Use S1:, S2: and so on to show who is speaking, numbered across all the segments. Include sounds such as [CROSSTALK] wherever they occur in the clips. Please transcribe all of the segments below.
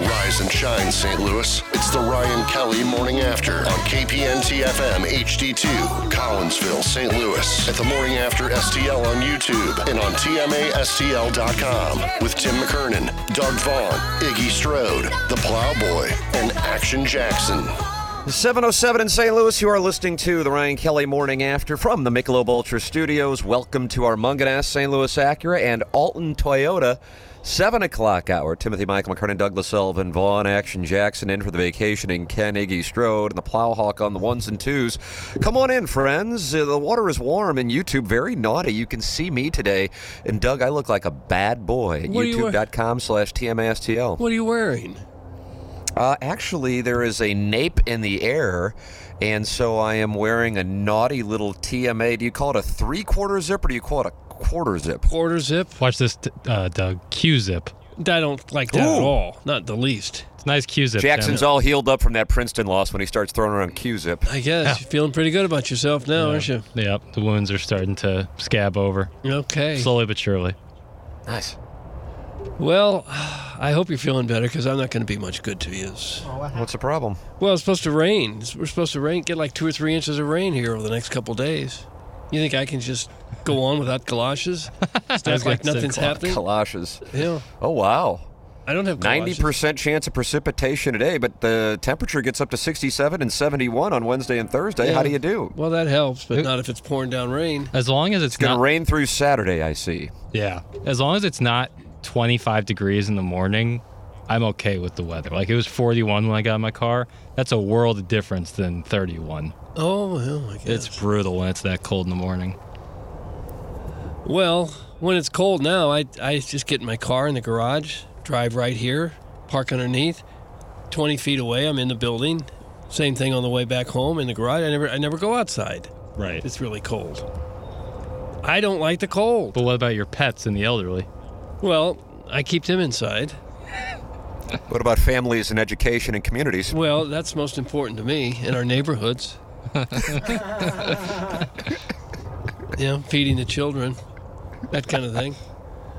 S1: Rise and shine, St. Louis. It's the Ryan Kelly Morning After on KPNT FM HD2, Collinsville, St. Louis. At the Morning After STL on YouTube and on TMASTL.com with Tim McKernan, Doug Vaughn, Iggy Strode, The Plowboy, and Action Jackson.
S2: 707 in St. Louis, you are listening to the Ryan Kelly Morning After from the Michelob Ultra Studios. Welcome to our Munganass St. Louis Acura and Alton Toyota 7 o'clock hour. Timothy Michael McKernan, Douglas Sullivan, Vaughn, Action Jackson in for the vacationing, Ken Iggy Strode, and the Plowhawk on the ones and twos. Come on in, friends. Uh, The water is warm and YouTube very naughty. You can see me today. And Doug, I look like a bad boy at
S3: What are you wearing?
S2: youtube.com slash TMASTL.
S3: What are you wearing?
S2: Uh, actually, there is a nape in the air, and so I am wearing a naughty little TMA. Do you call it a three quarter zip or do you call it a quarter zip?
S4: quarter zip.
S5: Watch this, uh, Doug. Q zip.
S4: I don't like that at
S2: Ooh.
S4: all. Not the least.
S5: It's a nice Q zip.
S2: Jackson's all healed up from that Princeton loss when he starts throwing around Q zip.
S4: I guess you're feeling pretty good about yourself now, aren't you?
S5: Yep, the wounds are starting to scab over
S4: Okay.
S5: slowly but surely.
S2: Nice.
S4: Well, I hope you're feeling better because I'm not going to be much good to you.
S2: What's the problem?
S4: Well, it's supposed to rain. We're supposed to rain. Get like two or three inches of rain here over the next couple days. You think I can just go on without
S2: [LAUGHS]
S4: galoshes? It's
S5: gonna
S4: like
S5: say
S4: nothing's happening.
S2: Galoshes.
S4: yeah,
S2: Oh, wow.
S4: I don't have galoshes.
S2: 90% chance of precipitation today, but the temperature gets up to 67 and 71 on Wednesday and Thursday. How do you do?
S4: Well, that helps, but not if it's pouring down rain.
S5: As long as it's,
S2: It's going
S5: not,
S2: to rain through Saturday, I see.
S5: yeah, as long as it's not 25 degrees in the morning, I'm okay with the weather. Like it was 41 when I got in my car. That's a world of difference than 31.
S4: Oh, well, I guess.
S5: It's brutal when it's that cold in the morning.
S4: Well, when it's cold now, I, I just get in my car in the garage, drive right here, park underneath. 20 feet away, I'm in the building. Same thing on the way back home in the garage. I never I never go outside.
S5: Right.
S4: It's really cold. I don't like the cold.
S5: But what about your pets and the elderly?
S4: Well, I keep them inside.
S2: What about families and education and communities?
S4: Well, that's most important to me in our neighborhoods. yeah, feeding the children, that kind of thing.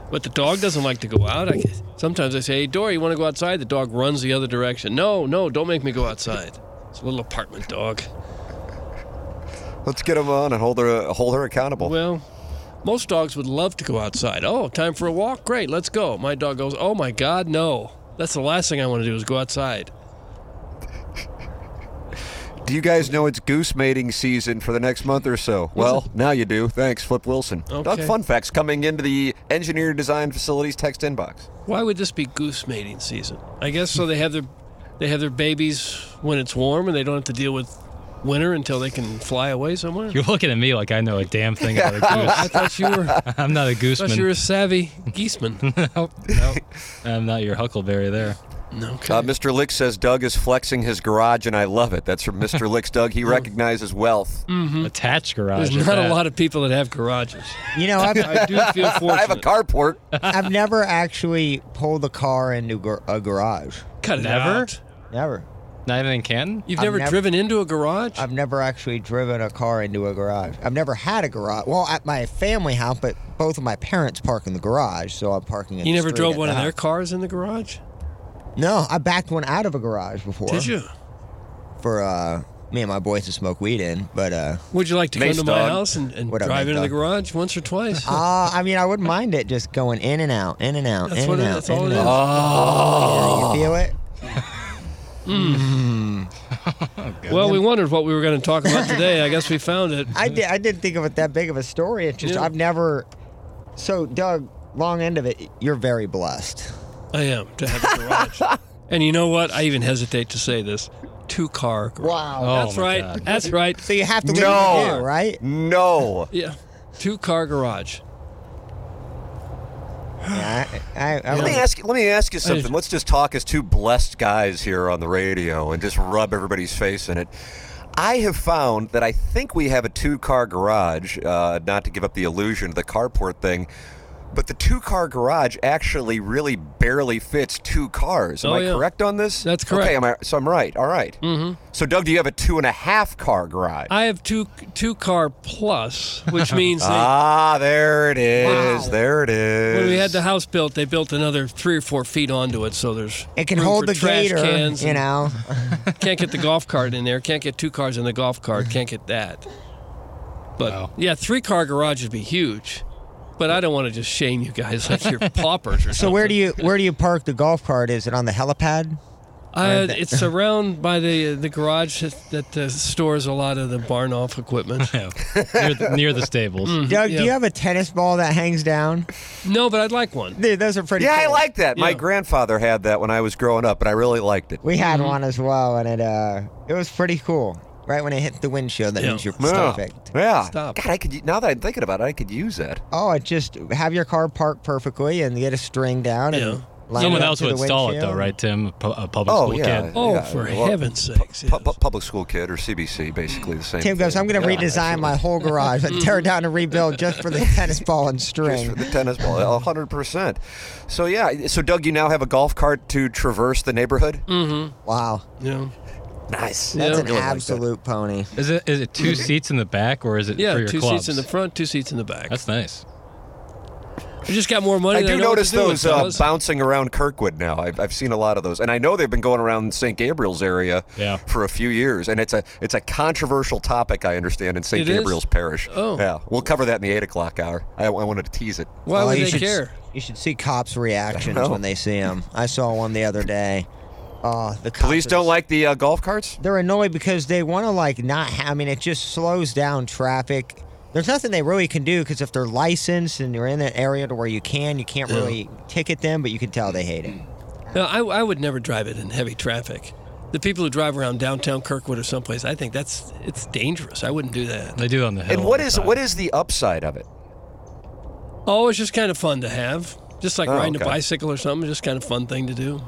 S4: But the dog doesn't like to go out. I, sometimes I say, "Hey, Dory, you want to go outside?" The dog runs the other direction. No, no, don't make me go outside. It's a little apartment dog.
S2: Let's get them on and hold her, hold her accountable.
S4: Well, most dogs would love to go outside. Oh, time for a walk? Great, let's go. My dog goes, Oh my God, no. That's the last thing I want to do is go outside.
S2: Do you guys know it's goose mating season for the next month or so? Well, now you do. Thanks, Flip Wilson. Doug,
S4: Okay.
S2: fun facts coming into the Engineer Design Facilities text inbox.
S4: Why would this be goose mating season? I guess so they have their they have their babies when it's warm and they don't have to deal with winter until they can fly away somewhere.
S5: You're looking at me like I know a damn thing
S2: [LAUGHS]
S5: about a goose.
S4: I thought you were I
S5: I'm not a
S4: thought you were
S5: [LAUGHS] gooseman.
S4: a savvy geeseman.
S2: [LAUGHS]
S5: I'm not your huckleberry there.
S4: Okay.
S2: Uh, Mr. Lick says Doug is flexing his garage, and I love it. That's from Mr. Lick's Doug.
S4: [LAUGHS] Oh.
S2: He recognizes wealth.
S4: Mm.
S5: Attached garage.
S4: Mm-hmm. There's
S5: at
S4: not a
S5: that.
S4: lot of people that have garages.
S6: You know, I've,
S4: I do feel fortunate.
S2: I have a
S4: [LAUGHS]
S2: carport.
S6: I've never actually pulled a car into gar- a garage.
S4: Cut it
S5: Never?
S4: out.
S6: Never.
S5: Not even in Canton?
S4: You've
S6: I've
S4: never,
S6: never-
S4: driven into a garage?
S6: I've never actually driven a car into a garage. I've never had a garage. Well, at my family house, but both of my parents park in the garage, so I'm parking. In
S4: you
S6: the
S4: never
S6: street
S4: drove
S6: at
S4: one
S6: the
S4: of their
S6: house.
S4: cars in the garage?
S6: No, I backed one out of a garage before.
S4: Did you?
S6: For uh, me and my boys to smoke weed in, but uh,
S4: Would you like to
S2: Mace
S4: come to my
S2: dog.
S4: house and, and
S6: What up,
S4: drive
S6: Mace
S4: into the
S6: dog?
S4: garage once or twice?
S6: uh, I mean, I wouldn't mind it just going in and out, in and out,
S4: That's
S6: in
S4: what
S6: and
S4: it-
S6: out.
S4: that's
S6: in
S4: all
S6: and
S4: it
S6: out.
S2: Oh,
S6: You feel it?
S4: Well, we wondered what we were going to talk about today. I guess we found it.
S6: I did. I didn't think of it that big of a story. It's just
S4: Yeah.
S6: I've never. So, Doug, long end of it, you're very blessed.
S4: I am to have a
S5: [LAUGHS]
S4: garage. and you know what? I even hesitate to say this. Two car garage.
S6: Wow.
S5: Oh
S4: That's
S5: my
S4: right.
S5: God.
S4: That's right.
S6: So you have to leave
S2: No.
S6: it here, right?
S2: No.
S4: Yeah. Two car garage.
S6: Yeah, I, I, I
S2: Let me
S6: would-
S2: ask. Let me ask you something. Let's just talk as two blessed guys here on the radio and just rub everybody's face in it. I have found that I think we have a two-car garage. Uh, not to give up the illusion of the carport thing, but the two-car garage actually really barely fits two cars. Am
S4: Oh,
S2: I
S4: yeah.
S2: correct on this?
S4: That's
S2: Okay.
S4: correct.
S2: Am I, so I'm right. All Mm-hmm. So Doug, do you have a two and a half car garage?
S4: I have two two car plus,
S5: [LAUGHS]
S4: which means they,
S2: ah, there it is. There it is.
S4: when we had the house built, they built another three or four feet onto it, so there's
S6: it can
S4: room
S6: hold
S4: for
S6: the
S4: trash
S6: gator,
S4: Cans
S6: you
S4: and
S6: know.
S4: Can't get the
S6: [LAUGHS]
S4: golf cart in there. Can't get two cars in the golf
S5: [LAUGHS]
S4: cart. Can't get that. But
S5: Wow.
S4: yeah, three car garage would be huge. But I don't want to just shame you guys like
S6: [LAUGHS]
S4: you're paupers or something.
S6: So where do you where do you park the golf cart? Is it on the helipad?
S4: Uh, it's around by the uh, the garage that, that uh, stores a lot of the barn off
S5: [LAUGHS]
S4: equipment.
S5: [LAUGHS] near, the, near the stables.
S4: Mm-hmm.
S6: Doug, do you
S4: yeah.
S6: have a tennis ball that hangs down?
S4: no, but I'd like one.
S6: Dude, those are pretty.
S2: Yeah, I
S6: cool.
S2: like that. My
S4: Yeah.
S2: grandfather had that when I was growing up, and I really liked it.
S6: We had one as well, and it uh, it was pretty cool. Right when it hit the windshield, that
S4: Yeah.
S6: means you're
S2: Yeah.
S6: perfect.
S2: Yeah.
S4: Stop.
S2: God, I could. Now that I'm thinking about it, I could use that.
S6: Oh, it just have your car parked perfectly and get a string down and
S4: Yeah.
S6: line
S5: Someone
S6: it up
S5: else
S6: to
S5: would
S6: the
S5: install it though,
S6: windshield.
S5: right, Tim? A, pu- a public
S2: Oh
S5: school
S2: yeah.
S5: kid.
S4: Oh,
S2: yeah.
S4: for
S2: Well,
S4: heaven's sakes!
S2: pu-
S4: Yes.
S2: pu- public school kid or CBC, basically the same.
S6: Tim goes,
S2: thing.
S6: I'm going to
S2: Yeah,
S6: redesign my whole garage and tear it down and rebuild just for the tennis ball and
S2: absolutely.
S6: string.
S2: Just for the tennis ball, a hundred percent. So yeah, so Doug, you now have a golf cart to traverse the neighborhood.
S4: Mm,
S6: Wow.
S4: yeah.
S2: Nice.
S6: That's
S4: Yeah.
S6: an absolute pony.
S5: Is it is it two seats in the back or is it
S4: Mm-hmm. Yeah,
S5: for your
S4: two
S5: clubs?
S4: seats in the front, two seats in the back.
S5: That's nice.
S4: I just got more money.
S2: I
S4: than
S2: do
S4: know what to
S2: notice
S4: do with,
S2: those uh,
S4: fellas.
S2: bouncing around Kirkwood now. I've, I've seen a lot of those, and I know they've been going around St. Gabriel's area
S5: Yeah.
S2: for a few years, and it's a it's a controversial topic. I understand in St.
S4: It is?
S2: Gabriel's Parish.
S4: Oh.
S2: yeah, we'll cover that in the eight o'clock hour. I, I wanted to tease it.
S4: Why
S6: Oh,
S4: would
S6: you
S4: they
S6: should s-
S4: care?
S6: You should see cops' reactions
S2: know.
S6: when they see him. I saw one the other day. Oh, the cops
S2: Police
S6: are
S2: don't like the uh, golf carts.
S6: they're annoyed because they want to like not. Ha- I mean, it just slows down traffic. There's nothing they really can do because if they're licensed and you're in that area to where you can, you can't really ticket them, but you can tell they hate it.
S4: No, I, I would never drive it in heavy traffic. The people who drive around downtown Kirkwood or someplace, I think that's it's dangerous. I wouldn't do that.
S5: They do it on the hill.
S2: And what
S5: all the
S2: is
S5: time.
S2: what is the upside of it?
S4: Oh, it's just kind of fun to have, just like
S2: Oh,
S4: riding
S2: okay.
S4: a bicycle or something. Just kind of fun thing to do.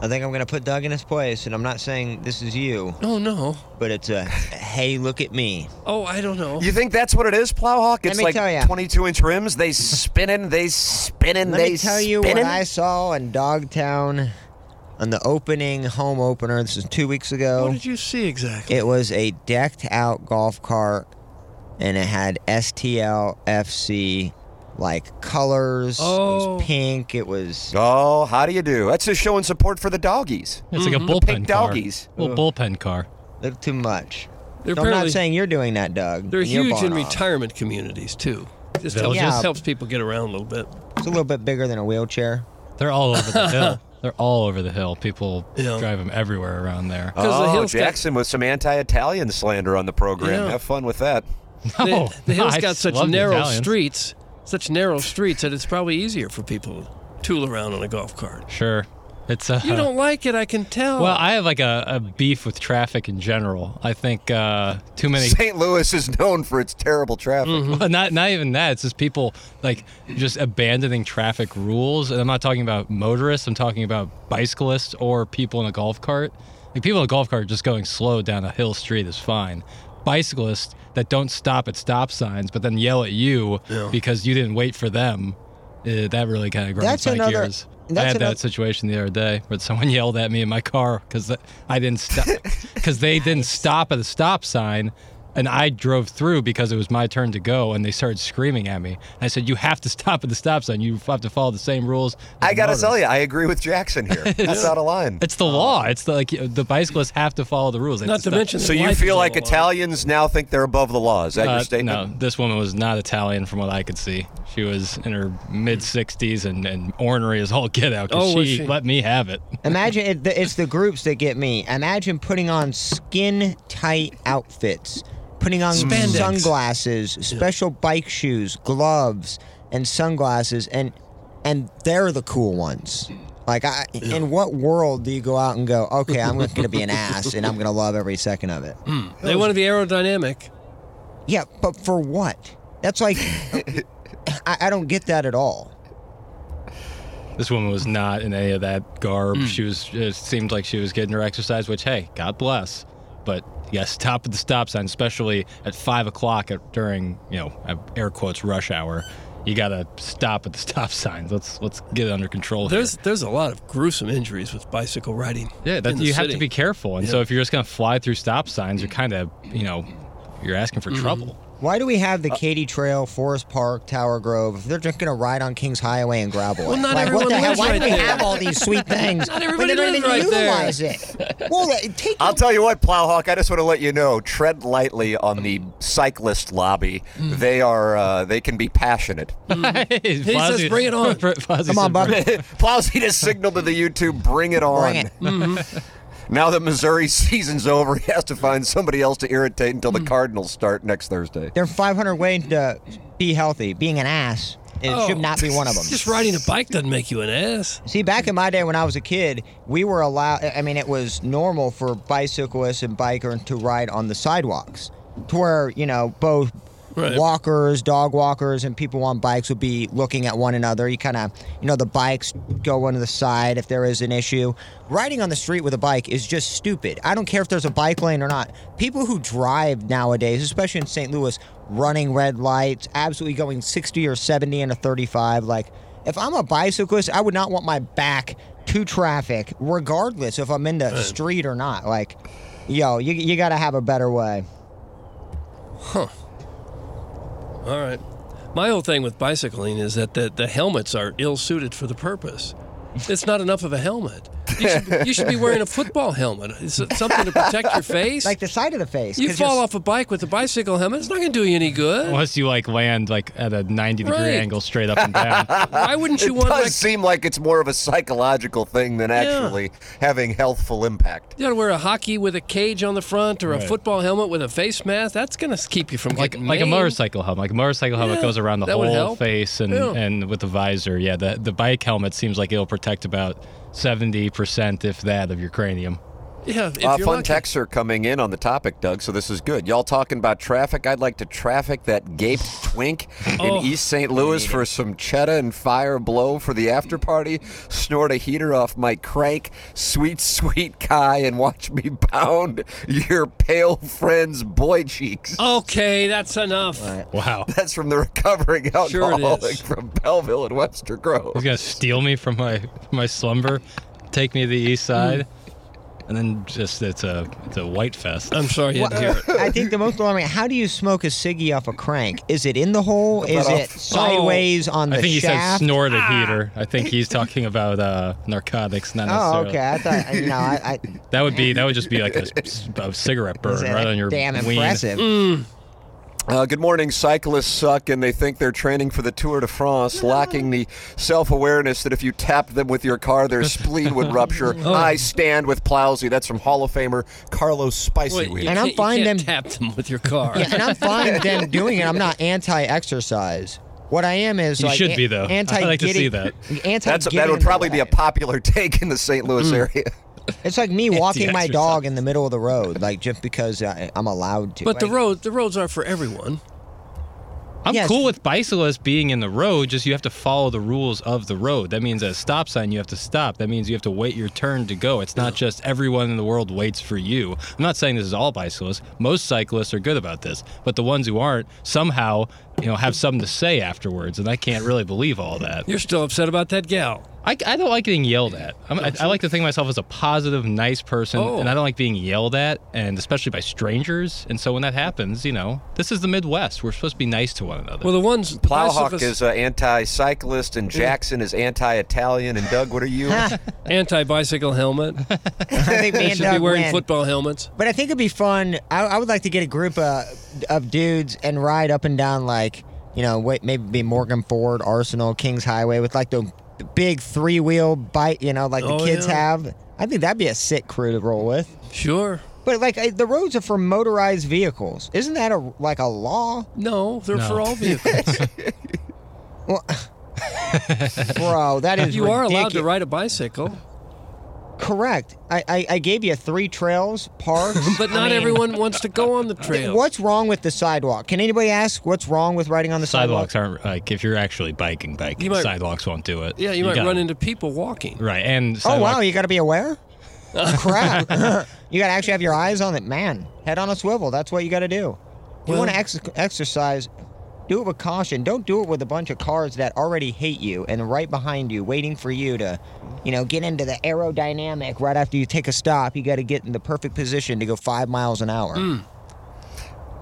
S6: I think I'm gonna put Doug in his place, and I'm not saying this is you,
S4: Oh no.
S6: but it's a hey, look at me.
S4: Oh, I don't know.
S2: You think that's what it is, Plowhawk? It's
S6: me
S2: like
S6: tell ya.
S2: 22 inch rims. They spinning. They spinning.
S6: Let
S2: they
S6: me tell you what
S2: spinning.
S6: I saw in Dogtown on the opening home opener. This is two weeks
S4: What
S6: ago.
S4: did you see exactly?
S6: It was a decked out golf cart and it had STL FC like colors. It
S4: Oh.
S6: was pink. It was.
S2: Oh, how do you do? That's just showing support for the doggies.
S5: It's like a bullpen
S2: pink
S5: car.
S2: doggies.
S5: Well, bullpen car.
S6: looked too much.
S4: They're
S6: So I'm not
S4: apparently-
S6: saying you're doing that, Doug.
S4: They're
S6: and you're
S4: huge in
S6: barn off.
S4: retirement communities too. Just helps,
S5: Villages?
S6: Yeah.
S4: helps people get around a little bit.
S6: It's a little bit bigger than a wheelchair.
S5: They're all over the
S4: [LAUGHS]
S5: hill. They're all over the hill. People
S4: Yeah.
S5: drive them everywhere around there.
S4: Because the
S2: Oh,
S4: hill's got-
S2: Jackson with some anti-Italian slander on the program.
S4: Yeah.
S2: Have fun with that.
S4: The,
S5: No,
S4: the hill's
S5: Oh, I
S4: got
S5: just
S4: such
S5: love the
S4: narrow
S5: Italians.
S4: streets, such narrow streets that it's probably easier for people to tool around on a golf cart.
S5: Sure. It's uh,
S4: You don't like it, I can tell.
S5: [LAUGHS] Well, I have like a, a beef with traffic in general. I think uh, too many.
S2: St. Louis is known for its terrible traffic.
S5: [LAUGHS] Well, not not even that. It's just people like just abandoning traffic rules. And I'm not talking about motorists. I'm talking about bicyclists or people in a golf cart. Like people in a golf cart just going slow down a hill street is fine. Bicyclists that don't stop at stop signs but then yell at you because you didn't wait for them. eh, that really kind of grinds
S6: That's
S5: my
S6: another-
S5: gears. I
S6: that's
S5: had
S6: another-
S5: that situation the other day where someone [LAUGHS] yelled at me in my car because I didn't stop
S2: [LAUGHS]
S5: because they didn't stop at a stop sign, and I drove through because it was my turn to go, and they started screaming at me. I said, "You have to stop at the stop sign. You have to follow the same rules."
S2: I gotta tell
S5: you,
S2: you, I agree with Jackson here. That's out of line.
S5: it's the law. It's the, like the bicyclists have to follow the rules. They have
S4: not to
S5: stop.
S4: mention.
S2: So
S4: that
S2: you
S4: life is
S2: feel
S4: all
S2: like
S4: alone.
S2: Italians now think they're above the law? Is that
S5: Uh,
S2: your statement?
S5: no, this woman was not Italian from what I could see. She was in her mid 60s and, and ornery as all get out 'cause
S4: Oh, was
S5: she,
S4: she?
S5: let me have it.
S6: Imagine it, the- it's the groups that get me. Imagine putting on skin tight outfits, putting on
S4: Spandex.
S6: sunglasses, special bike shoes, gloves, and sunglasses, and and they're the cool ones. Like, I, in what world do you go out and go, okay, I'm going to be an ass and I'm going to love every second of it?
S4: They want to be aerodynamic.
S6: Yeah, but for what? That's like, I, I don't get that at all.
S5: This woman was not in any of that garb.
S4: Mm.
S5: She was. It seemed like she was getting her exercise, which hey, God bless. But yes, stop at the stop sign, especially at five o'clock at, during you know uh, air quotes rush hour. You gotta stop at the [LAUGHS] stop signs. Let's let's get it under control. here.
S4: There's there's a lot of gruesome injuries with bicycle riding.
S5: yeah, that,
S4: in the
S5: you have
S4: city.
S5: to be careful. And so if you're just gonna fly through stop signs, you're kind of you know you're asking
S4: Mm-hmm.
S5: for trouble. [LAUGHS]
S6: Why do we have
S4: Uh,
S6: the Katy Trail, Forest Park, Tower Grove? If they're just going to ride on King's Highway and gravel
S4: Well,
S6: it.
S4: not
S6: like,
S4: everyone
S6: what the hell?
S4: lives
S6: Why
S4: right
S6: do we
S4: there.
S6: have all
S4: [LAUGHS]
S6: these sweet things?
S4: Not
S6: but they
S4: everybody
S6: don't even
S4: lives right there.
S6: utilize it. Well,
S4: [LAUGHS]
S6: uh, take
S2: I'll tell you what, Plowhawk. I just want to let you know: tread lightly on the cyclist lobby.
S4: Hmm.
S2: They are uh, they can be passionate. [LAUGHS]
S5: he
S4: says, "Bring it
S5: [LAUGHS]
S4: on."
S6: Come on, Buck.
S2: Plowsy just signaled to the YouTube, "Bring it on!"
S6: Bring it.
S4: Mm-hmm.
S2: [LAUGHS] Now that Missouri season's over, he has to find somebody else to irritate until the
S4: Hmm.
S2: Cardinals start next Thursday.
S6: They're 500 way to be healthy. Being an ass it
S4: Oh.
S6: should not be one of them.
S4: [LAUGHS] Just riding a bike doesn't make you an ass.
S6: See, back in my day when I was a kid, we were allowed, I mean, it was normal for bicyclists and bikers to ride on the sidewalks to where, you know, both
S4: Right.
S6: walkers, dog walkers, and people on bikes would be looking at one another. You kind of, you know, the bikes go one to the side if there is an issue. Riding on the street with a bike is just stupid. I don't care if there's a bike lane or not. People who drive nowadays, especially in St. Louis, running red lights, absolutely going 60 or 70 into 35, like, if I'm a bicyclist, I would not want my back to traffic, regardless if I'm in the street or not. Like, yo, you, you got to have a better way.
S4: All right. My whole thing with bicycling is that the, the helmets are ill suited for the purpose. It's not enough of a helmet. You should, you should be wearing a football helmet. It's something to protect your face.
S6: Like the side of the face.
S4: you
S6: 'cause you're
S4: fall off a bike with a bicycle helmet, it's not going to do you any good.
S5: Unless you like land like at a 90 degree
S4: Right.
S5: angle straight up
S4: [LAUGHS]
S5: and down.
S4: Why wouldn't you
S2: It
S4: want
S2: does
S4: like
S2: seem like it's more of a psychological thing than actually having healthful impact.
S4: you got to wear a hockey with a cage on the front or a football helmet with a face mask? That's going to keep you from
S5: like
S4: getting
S5: like a
S4: maimed.
S5: motorcycle helmet. Like a motorcycle helmet
S4: Yeah,
S5: goes around the
S4: that would
S5: whole
S4: help.
S5: face and
S4: Yeah.
S5: and with the visor. Yeah, the the bike helmet seems like it'll protect about seventy percent, if that, of your cranium.
S4: Yeah, if
S2: Uh,
S4: you're
S2: fun
S4: lucky.
S2: texts are coming in on the topic, Doug, so this is good. Y'all talking about traffic? I'd like to traffic that gaped twink
S4: Oh.
S2: in East St. Louis for some cheddar and fire blow for the after party, snort a heater off my crank, sweet, sweet Kai, and watch me pound your pale friend's boy cheeks.
S4: Oh. Okay, that's enough.
S5: Wow, [LAUGHS]
S2: That's from the recovering
S4: it
S2: alcoholic
S4: is.
S2: from Belleville and Webster Grove.
S5: he's gonna steal me from my my slumber, take me to the
S4: Mm.
S5: east side, and then just it's a it's a white fest.
S4: I'm sorry you had to hear
S2: [LAUGHS]
S4: it.
S6: I think the most alarming. How do you smoke a ciggy off a crank? Is it in the hole? Is it sideways on the
S5: Oh, I think he
S6: shaft? Ah.
S5: said snort a heater. I think he's talking about uh, narcotics, not
S6: Oh,
S5: necessarily.
S6: okay. I thought no. I, I
S5: [LAUGHS] That would be that would just be like a, s- a cigarette burn right on your Mm.
S6: damn
S5: ween.
S6: impressive.
S2: Uh, good morning. Cyclists suck and they think they're training for the Tour de France, lacking the self awareness that if you tapped them with your car,
S4: [LAUGHS]
S2: their spleen would rupture.
S4: Oh.
S2: I stand with Plowsy. That's from Hall of Famer Carlos
S4: Wait,
S2: Spicy.
S4: you
S6: And I'm
S4: can't- you
S6: fine
S4: can't
S6: them-
S4: tap them with your car.
S6: [LAUGHS] Yeah, and I'm fine
S5: [LAUGHS]
S6: with them doing it. I'm not anti-exercise. What I am is
S5: You
S6: like
S5: should
S6: a-
S5: be, though. I'd
S6: Anti
S5: like to see that.
S6: Anti.
S2: That's, that would probably be a popular [LAUGHS] take in the St. Louis
S4: Mm.
S2: area.
S6: It's like me walking my dog in the middle of the road, like just because I, I'm allowed to.
S4: But the
S6: Like,
S4: road, the roads are for everyone.
S5: I'm
S6: Yes.
S5: cool with bicyclists being in the road, just you have to follow the rules of the road. That means at a stop sign, you have to stop. That means you have to wait your turn to go. It's not just everyone in the world waits for you. I'm not saying this is all bicyclists. Most cyclists are good about this, but the ones who aren't somehow, you know, have something to say afterwards, and I can't really believe all that.
S4: You're still upset about that gal.
S5: I, I don't like getting yelled at. I'm, I, I like to think of myself as a positive, nice person,
S4: Oh.
S5: and I don't like being yelled at, and especially by strangers. And so when that happens, you know, this is the Midwest. We're supposed to be nice to one another.
S4: Well, the ones the
S2: Plowhawk
S4: bicyclists-
S2: is uh, anti cyclist and Jackson is anti Italian. And Doug, what are
S4: [LAUGHS]
S2: you?
S4: anti-bicycle helmet.
S6: [LAUGHS]
S5: [LAUGHS]
S6: I think me
S4: They
S6: and
S4: should be
S6: Doug
S4: wearing
S6: win.
S4: football helmets.
S6: But I uh, think it'd be fun. I, I would like to get a group of, of dudes and ride up and down like you know, wait, maybe be Morgan Ford, Arsenal, Kings Highway with like the big three wheel bike, you know, like
S4: Oh,
S6: the kids
S4: yeah.
S6: have. I think that'd be a sick crew to roll with.
S4: Sure.
S6: But like I- the roads are for motorized vehicles. Isn't that a like a law?
S4: No, they're
S5: No.
S4: for all
S5: [LAUGHS]
S4: vehicles.
S6: Well,
S4: [LAUGHS]
S6: bro, that is
S4: you are allowed to
S6: ridicu-
S4: ride a bicycle,
S6: Correct. I, I, I gave you three trails, parks.
S4: [LAUGHS] but
S6: I
S4: not
S6: mean,
S4: everyone wants to go on the trail.
S6: What's wrong with the sidewalk? Can anybody ask what's wrong with riding on the sidewalk?
S5: Sidewalks aren't like if you're actually biking, biking
S4: You might-
S5: sidewalks won't do it.
S4: Yeah, you, might
S5: gotta-
S4: run into people walking.
S5: right and
S6: Oh
S5: sidewalk-
S6: wow, you got to be
S4: [LAUGHS]
S6: aware. Crap, you got to actually have your eyes on it, man. Head on a swivel. That's what you got to do. You
S4: Well-
S6: want to ex- exercise. Do it with caution. Don't do it with a bunch of cars that already hate you and right behind you, waiting for you to, you know, get into the aerodynamic right after you take a stop. You got to get in the perfect position to go five miles an hour.
S4: Hmm.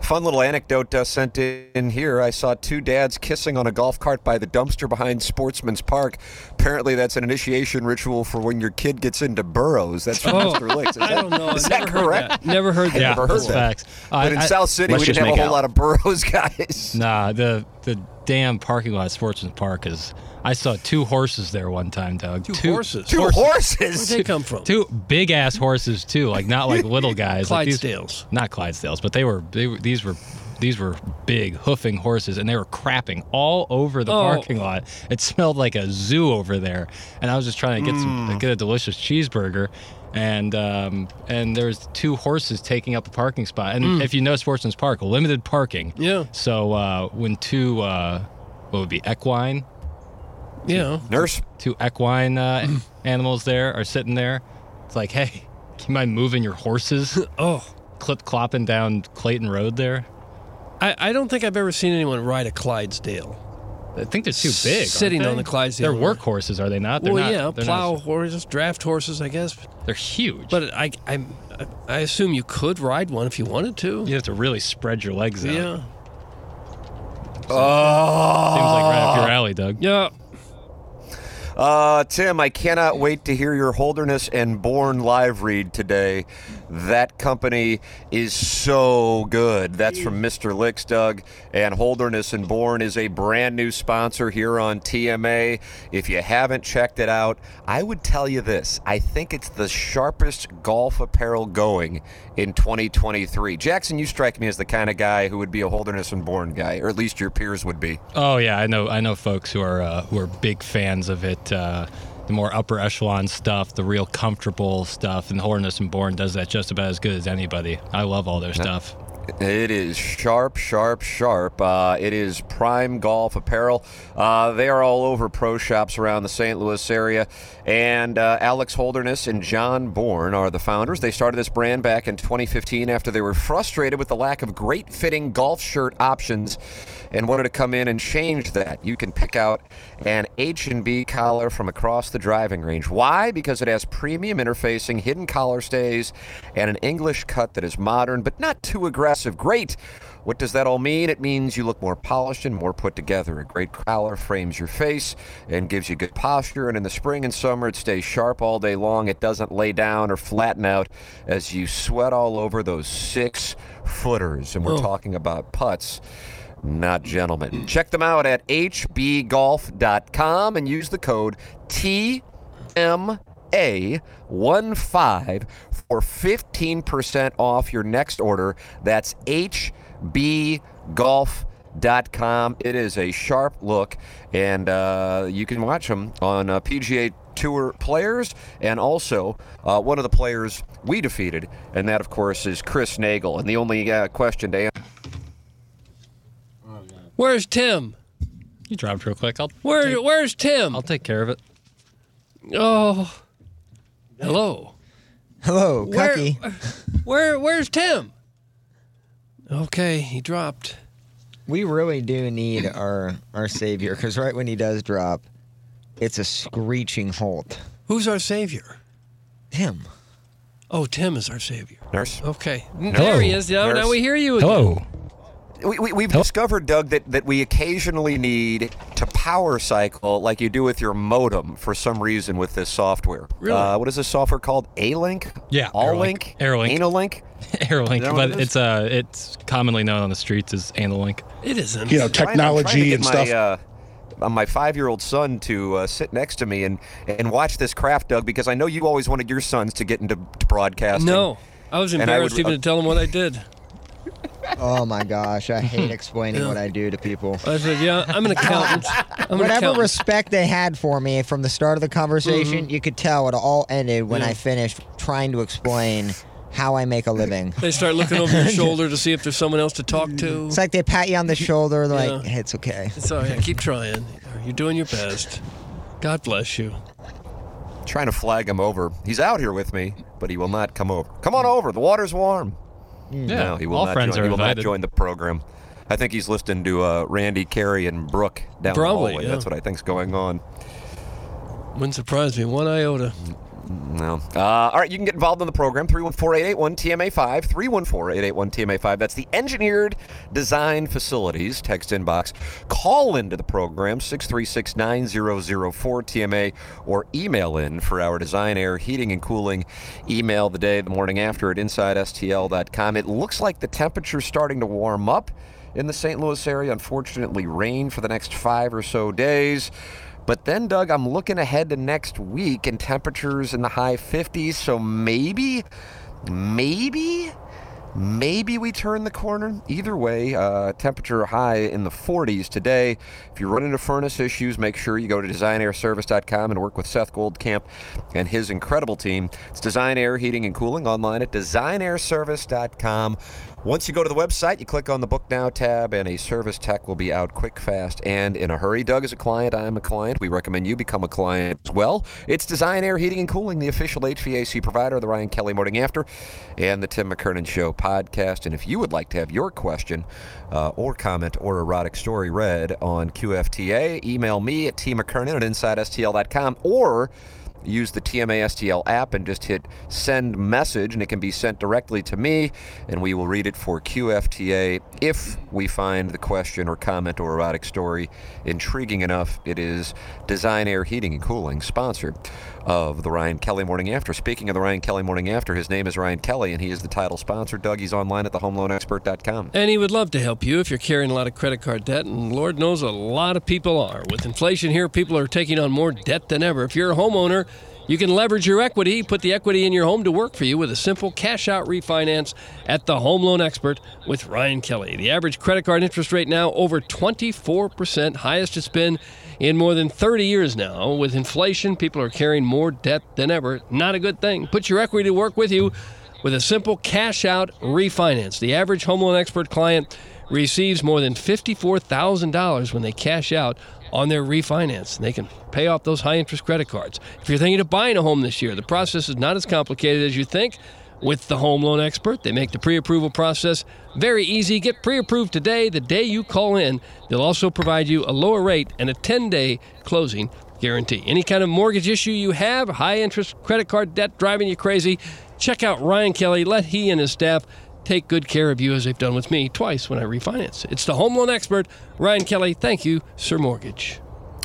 S2: Fun little anecdote uh, sent in here. I saw two dads kissing on a golf cart by the dumpster behind Sportsman's Park. Apparently, that's an initiation ritual for when your kid gets into burrows. That's from
S4: Oh,
S2: Mr. Licks. Is
S4: I
S2: that-
S4: don't know.
S2: Is
S4: I've
S2: that
S4: never heard
S2: correct?
S4: that. Never heard
S2: I
S4: that.
S2: never heard
S5: That's
S2: that.
S5: facts. I-
S2: But in
S5: I-
S2: South City,
S7: Let's
S2: we
S7: just
S2: didn't have a
S7: make
S2: whole
S7: out.
S2: lot of burrows, guys.
S5: Nah, the the damn parking lot at Sportsman's Park is. I saw two horses there one time, Doug.
S4: Two horses?
S2: Two
S4: Where'd
S2: horses.
S4: they come from?
S5: Two big ass horses too, like not like little guys. like these-
S4: Clydesdales.
S5: not Clydesdales, but they were they were, these were these were big hoofing horses, and they were crapping all over the
S4: Oh.
S5: parking lot. It smelled like a zoo over there, and I was just trying to get
S4: Hmm.
S5: some get a delicious cheeseburger. And um, and there's two horses taking up a parking spot. And if you know Sportsman's Park, limited parking.
S4: Hmm. Yeah.
S5: So uh, when two uh, what would be equine
S4: You know,
S2: Nurse.
S5: two equine
S4: Hmm.
S5: uh, animals there are sitting there. It's like, hey, do you mind moving your
S4: [LAUGHS]
S5: horses?
S4: oh,
S5: Clip clopping down Clayton Road there.
S4: I, I don't think I've ever seen anyone ride a Clydesdale.
S5: I think they're too big. aren't
S4: Sitting
S5: they?
S4: on the Clydesdale.
S5: They're workhorses, are they not? They're
S4: well,
S5: not,
S4: yeah,
S5: they're
S4: plow
S5: Not,
S4: horses, draft horses, I guess.
S5: they're huge. But
S4: But I, I, I assume you could ride one if you wanted to.
S5: you have to really spread your legs out. Seems
S4: Yeah.
S2: Oh.
S5: like right up your
S4: Ah.
S5: alley, Doug.
S4: Yeah.
S2: Uh, Tim, I cannot wait to hear your Holderness and Born live read today. That company is so good. That's from Mr. Licks, Doug. And Holderness and Born is a brand new sponsor here on TMA. If you haven't checked it out, I would tell you this I think it's the sharpest golf apparel going in 2023. Jackson, you strike me as the kind of guy who would be a Holderness and Born guy, or at least your peers would be.
S5: Oh yeah, I know. I know folks who are uh, who are big fans of it. Uh, the more upper echelon stuff, the real comfortable stuff, and Hornus and Born does that just about as good as anybody. I love all their stuff.
S2: It is sharp, sharp, sharp. Uh, it is Prime Golf Apparel. Uh, they are all over pro shops around the St. Louis area. And uh, Alex Holderness and John Bourne are the founders. They started this brand back in 2015 after they were frustrated with the lack of great fitting golf shirt options and wanted to come in and change that. You can pick out an H&B collar from across the driving range. Why? Because it has premium interfacing, hidden collar stays, and an English cut that is modern but not too aggressive. Great. What does that all mean? It means you look more polished and more put together. A great collar frames your face and gives you good posture. And in the spring and summer, it stays sharp all day long. It doesn't lay down or flatten out as you sweat all over those six footers. And we're talking about putts not gentlemen. Check them out at hbgolf.com and use the code TMA15 for 15% off your next order. That's hbgolf.com. It is a sharp look, and uh, you can watch them on uh, PGA Tour players and also uh, one of the players we defeated, and that, of course, is Chris Nagel. And the only uh, question to answer.
S4: Where's Tim?
S5: You dropped real quick. I'll
S4: Where, where's Tim?
S5: I'll take care of it.
S4: Oh. Hello.
S6: Hello,
S4: Where- [LAUGHS]
S6: Cucky.
S4: Where where's Tim? Okay, he dropped.
S6: We really do need our our savior because right when he does drop, it's a screeching halt.
S4: Who's our savior?
S6: Him.
S4: Oh, Tim is our savior.
S2: Nurse.
S5: Oh.
S4: Okay. There he is. Now, now we hear you again.
S5: [LAUGHS] Hello.
S2: We, we, we've discovered, Doug, that, that we occasionally need to power cycle like you do with your modem for some reason with this software.
S4: Really?
S2: Uh, what is this software called? A-Link?
S5: Yeah,
S2: All-Link?
S5: Airlink. Airlink.
S2: Anolink?
S5: Airlink,
S2: that what
S5: but
S2: it is?
S5: it's uh, it's commonly known on the streets as Andelink.
S4: It isn't.
S8: You know,
S2: Ryan, I'm trying to
S8: technology
S2: get
S8: and
S2: my,
S8: stuff.
S2: uh, uh, my five-year-old son to uh, sit next to me and and watch this craft, Doug, because I know you always wanted your sons to get into to broadcasting.
S4: No, I was
S2: And I would-
S4: embarrassed even to tell him what I did.
S6: Oh my gosh,
S5: [LAUGHS]
S6: I hate explaining what I do to people.
S4: I said, "Yeah, I'm an accountant. I'm an
S6: Whatever
S4: accountant."
S6: respect they had for me from the start of the
S5: Mm-hmm.
S6: conversation, you could tell it all ended when I finished trying to explain how I make a living.
S4: they start looking over your shoulder to see if there's someone else to talk to.
S6: It's like they pat you on
S5: [LAUGHS]
S6: the shoulder, they're
S4: Yeah.
S6: like, "Hey, it's okay.
S4: Sorry, I keep trying. You're doing your best. God bless you.
S2: trying to flag him over. He's out here with me, but he will not come over. Come on over. The water's warm.
S5: Yeah,
S2: no, he will
S5: all
S2: not
S5: friends
S2: join.
S5: are
S2: he will
S5: invited.
S2: not join the program. I think he's listening to uh, Randy, Carey, and Brooke down the
S4: Probably,
S2: hallway.
S4: yeah.
S2: That's what I think's going on.
S4: Wouldn't surprise me one iota.
S2: No. Uh, all right, you can get involved in the program. 314-881-TMA5. 314-881-TMA5. That's the Engineered Design Facilities text inbox. Call into the program, 636-9004-TMA, or email in for our Design Air Heating and Cooling email the day, the morning after at InsideSTL.com. It looks like the temperature's starting to warm up in the St. Louis area. Unfortunately, rain for the next five or so days. But then, Doug, I'm looking ahead to next week and temperatures in the high 50s. So maybe, maybe, maybe we turn the corner. Either way, uh, temperature high in the 40s today. If you run into furnace issues, make sure you go to designairservice.com and work with Seth Goldcamp and his incredible team. It's Design Air Heating and Cooling online at designairservice.com. Once you go to the website, you click on the Book Now tab, and a service tech will be out quick, fast, and in a hurry. Doug is a client. I am a client. We recommend you become a client as well. It's Design Air Heating and Cooling, the official HVAC provider of the Ryan Kelly Morning After and the Tim McKernan Show podcast. And if you would like to have your question uh, or comment or erotic story read on QFTA, email me at tmckernan at InsideSTL.com or use the TMASTL app and just hit send message, and it can be sent directly to me, and we will read it for QFTA if we find the question or comment or erotic story intriguing enough. It is Design Air Heating and Cooling, sponsor of the Ryan Kelly Morning After. Speaking of the Ryan Kelly Morning After, his name is Ryan Kelly, and he is the title sponsor. Doug, he's online at thehomeloanexpert.com.
S4: And he would love to help you if you're carrying a lot of credit card debt, and Lord knows a lot of people are. With inflation here, people are taking on more debt than ever. If you're a homeowner, you can leverage your equity, put the equity in your home to work for you with a simple cash out refinance at the Home Loan Expert with Ryan Kelly. The average credit card interest rate now over 24%, highest it's been in more than 30 years now. With inflation, people are carrying more debt than ever. Not a good thing. Put your equity to work with you with a simple cash out refinance. The average home loan expert client receives more than $54,000 when they cash out on their refinance. And they can pay off those high interest credit cards. If you're thinking of buying a home this year, the process is not as complicated as you think. With the home loan expert, they make the pre approval process very easy. Get pre approved today, the day you call in. They'll also provide you a lower rate and a 10 day closing guarantee. Any kind of mortgage issue you have, high interest credit card debt driving you crazy, check out Ryan Kelly. Let he and his staff take good care of you as they've done with me twice when I refinance. It's the home loan expert, Ryan Kelly. Thank you, Sir Mortgage.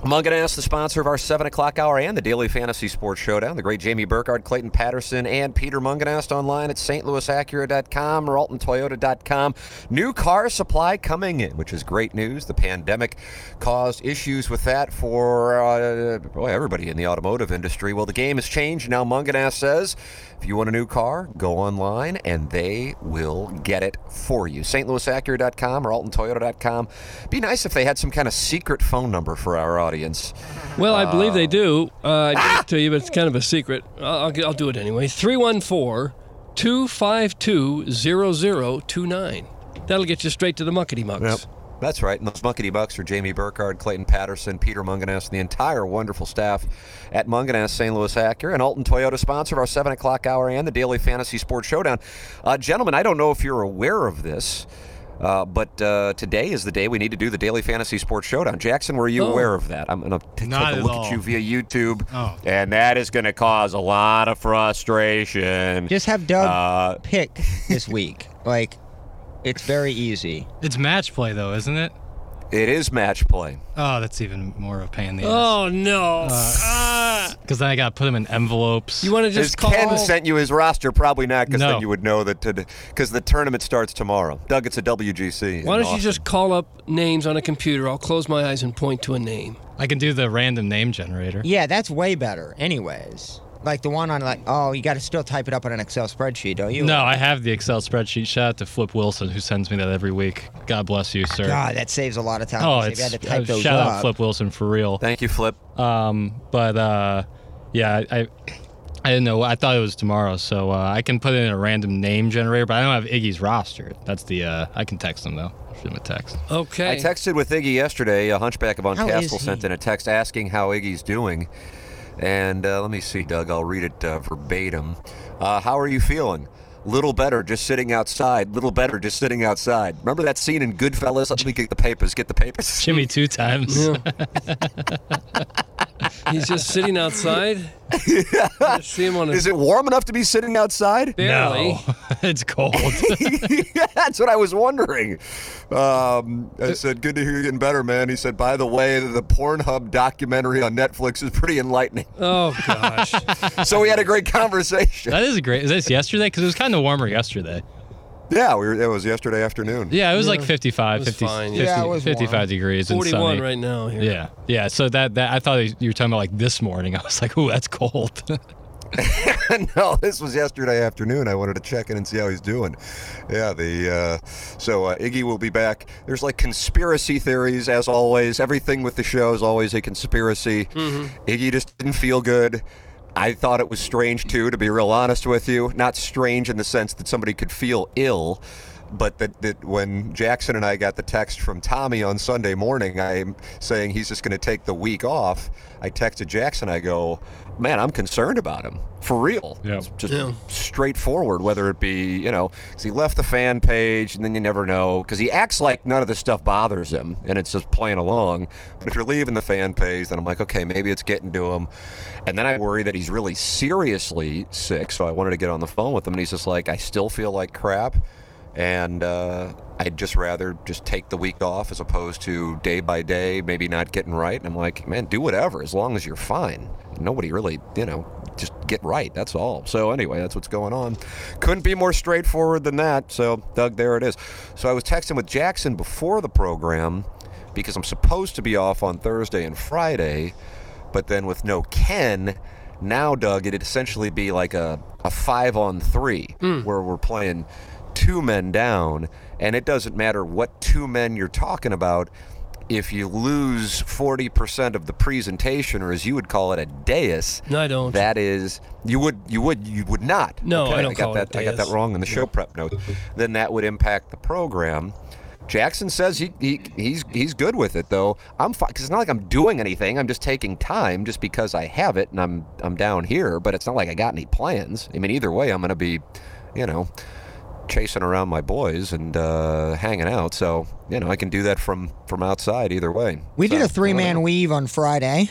S2: I'm going to ask the sponsor of our 7 o'clock hour and the Daily Fantasy Sports Showdown, the great Jamie Burkhardt, Clayton Patterson, and Peter Munganast online at stlouisacura.com, raltontoyota.com. New car supply coming in, which is great news. The pandemic caused issues with that for uh, boy, everybody in the automotive industry. Well, the game has changed. Now Munganast says if you want a new car, go online and they will get it for you. stlouisacura.com, raltontoyota.com. Be nice if they had some kind of secret phone number for our audience.
S4: Well, I believe they do. Uh, I didn't tell you, but it's kind of a secret. I'll, I'll, I'll do it anyway. 314 252 0029. That'll get you straight to the muckety mucks.
S2: That's right. And those Muckety Bucks are Jamie Burkhardt, Clayton Patterson, Peter Munganess, and the entire wonderful staff at Munganess St. Louis Acura and Alton Toyota, sponsor of our 7 o'clock hour and the Daily Fantasy Sports Showdown. Uh, gentlemen, I don't know if you're aware of this, uh, but uh, today is the day we need to do the Daily Fantasy Sports Showdown. Jackson, were you aware of that? I'm going to take
S9: Oh. Not
S2: a
S9: at
S2: look
S9: all.
S2: at you via YouTube,
S9: Oh.
S2: and that is going to cause a lot of frustration.
S6: Just have Doug
S2: Uh,
S6: pick
S5: [LAUGHS]
S6: this week. Like, it's very easy.
S5: It's match play though, isn't it?
S2: it is match play.
S5: Oh, that's even more of a pain in the ass.
S4: Oh, no. Ah.
S5: because then I got to put them in envelopes.
S4: You want to
S2: Is
S4: just call?
S2: Ken sent you his roster? Probably not, because
S5: No.
S2: then you would know that because the tournament starts tomorrow. Doug, it's a WGC.
S4: Why
S2: in
S4: don't you just call up names on a computer? I'll close my eyes and point to a name.
S5: I can do the random name generator.
S6: Yeah, that's way better. Anyways, like the one on like, oh, you got to still type it up on an Excel spreadsheet, don't you?
S5: No, I have the Excel spreadsheet. Shout out to Flip Wilson who sends me that every week. God bless you, sir.
S6: God, that saves a lot of time.
S5: Oh,
S6: if
S5: it's
S6: you had to
S5: uh,
S6: type those
S5: shout
S6: up.
S5: out Flip Wilson for real.
S2: Thank you, Flip.
S5: Um, but uh, yeah, I, I I didn't know. I thought it was tomorrow, so uh, I can put in a random name generator. But I don't have Iggy's roster. That's the uh, I can text him though. Shoot him a text.
S4: Okay.
S2: I texted with Iggy yesterday. A hunchback of Von
S6: How is
S2: Castle sent
S6: he?
S2: in a text asking how Iggy's doing. And uh, let me see, Doug. I'll read it uh, verbatim. Uh, how are you feeling? Little better, just sitting outside. Little better, just sitting outside. Remember that scene in Goodfellas? Let me get the papers. Get the
S4: [LAUGHS]
S2: papers.
S5: Jimmy two times.
S4: He's just sitting outside. I see him on a
S2: Is it warm enough to be sitting outside?
S4: barely.
S5: [LAUGHS] No, [LAUGHS] it's cold.
S2: [LAUGHS] That's what I was wondering. Um, I said, "Good to hear you're getting better, man." He said, "By the way, the Pornhub documentary on Netflix is pretty enlightening."
S4: Oh gosh.
S2: so we had a great conversation.
S5: that is great. Is this yesterday? Because it was kind of warmer yesterday.
S2: Yeah, we were, it was yesterday afternoon.
S5: Yeah, it was like 55,
S4: it was
S5: 50,
S4: fine.
S5: 50
S6: Yeah, it was warm.
S5: 55 degrees and
S4: Forty-one
S5: sunny.
S4: right now. Here.
S5: Yeah, yeah. So that that I thought you were talking about like this morning. [LAUGHS] I was like, "Ooh, that's cold." [LAUGHS]
S2: [LAUGHS] no, this was yesterday afternoon. I wanted to check in and see how he's doing. Yeah, the uh, so uh, Iggy will be back. There's like conspiracy theories as always. Everything with the show is always a conspiracy. Iggy just didn't feel good. I thought it was strange too, to be real honest with you. Not strange in the sense that somebody could feel ill. But that, that when Jackson and I got the text from Tommy on Sunday morning, I'm saying he's just going to take the week off. I texted Jackson. I go, man, I'm concerned about him for real.
S5: Yeah.
S2: It's just straightforward. Whether it be you know, 'cause he left the fan page, and then you never know because he acts like none of the stuff bothers him, and it's just playing along. But if you're leaving the fan page, then I'm like, okay, maybe it's getting to him, and then I worry that he's really seriously sick. So I wanted to get on the phone with him, and he's just like, I still feel like crap and uh, I'd just rather just take the week off as opposed to day by day, maybe not getting right. And I'm like, man, do whatever as long as you're fine. Nobody really, you know, just get right. That's all. So anyway, that's what's going on. Couldn't be more straightforward than that. So Doug, there it is. So I was texting with Jackson before the program because I'm supposed to be off on Thursday and Friday, but then with no Ken, now Doug, it'd essentially be like a, a five on three where we're playing two men down, and it doesn't matter what two men you're talking about. If you lose 40% of the presentation, or as you would call it, a dais,
S4: No, I don't.
S2: that is, you would, you would, you would not.
S4: No, I don't
S2: got
S4: call it a
S2: that. I got that
S4: dais.
S2: wrong in the show prep notes. Then that would impact the program. Jackson says he, he he's he's good with it though. I'm fine because it's not like I'm doing anything. I'm just taking time just because I have it and I'm I'm down here. But it's not like I got any plans. I mean, either way, I'm gonna be, you know, chasing around my boys and uh, hanging out. So you know, I can do that from from outside either way.
S6: We
S2: So,
S6: did
S2: I
S6: a
S2: don't
S6: three
S2: know.
S6: man weave on Friday.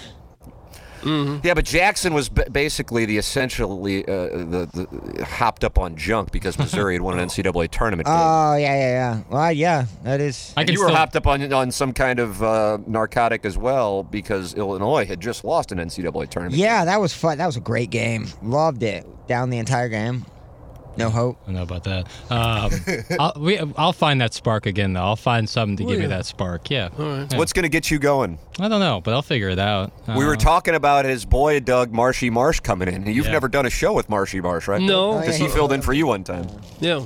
S2: Yeah, but Jackson was b- basically the essentially uh, the, the hopped up on junk because Missouri had [LAUGHS] won an NCAA tournament. game.
S6: Oh yeah, yeah, yeah. Well, yeah, that is.
S5: I can
S2: you were
S5: still-
S2: hopped up on on some kind of uh, narcotic as well because Illinois had just lost an NCAA tournament.
S6: Yeah, that was fun. That was a great game. Loved it. Down the entire game. No hope.
S5: I don't know about that. Um, I'll, we, I'll find that spark again, though. I'll find something to give me
S4: yeah.
S5: that spark. Yeah. Yeah.
S2: What's going to get you going?
S5: I don't know, but I'll figure it out.
S2: we
S5: Uh,
S2: were talking about his boy Doug Marshy Marsh coming in. You've
S5: Yeah.
S2: never done a show with Marshy Marsh, right?
S6: Oh,
S4: No.
S2: because he filled in for you one time.
S4: Yeah.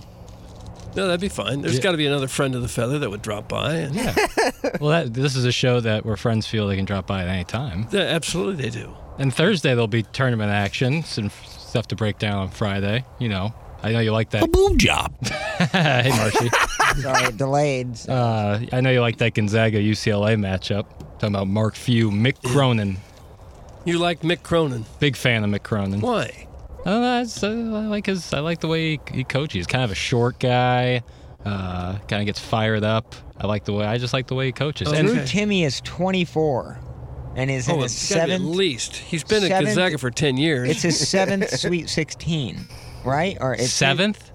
S4: No, that'd be fine. There's
S5: Yeah.
S4: got to be another friend of the feather that would drop by. and-
S5: Yeah. Uh, well, that, this is a show that where friends feel they can drop by at any time.
S4: Yeah, absolutely, they do.
S5: And Thursday there'll be tournament action, some f- stuff to break down on Friday. You know, I know you like that.
S7: Boom job.
S5: [LAUGHS] hey, Marshy.
S4: [LAUGHS]
S6: Sorry, delayed. So-
S5: Uh, I know you like that Gonzaga UCLA matchup. Talking about Mark Few, Mick Cronin.
S4: You like Mick Cronin?
S5: Big fan of Mick Cronin.
S4: Why?
S5: I don't know. I, just, uh, I like his. I like the way he, he coaches. He's kind of a short guy. Uh, kind of gets fired up. I like the way. I just like the way he coaches.
S4: Oh,
S5: and
S6: Drew
S4: okay.
S6: Timmy is 24, and is in
S4: Oh,
S6: his
S4: it's gotta be at
S6: seventh.
S4: least. He's been at
S6: seventh-
S4: Gonzaga for ten years. [LAUGHS]
S6: It's his seventh Sweet 16, right? Or it's
S5: seventh.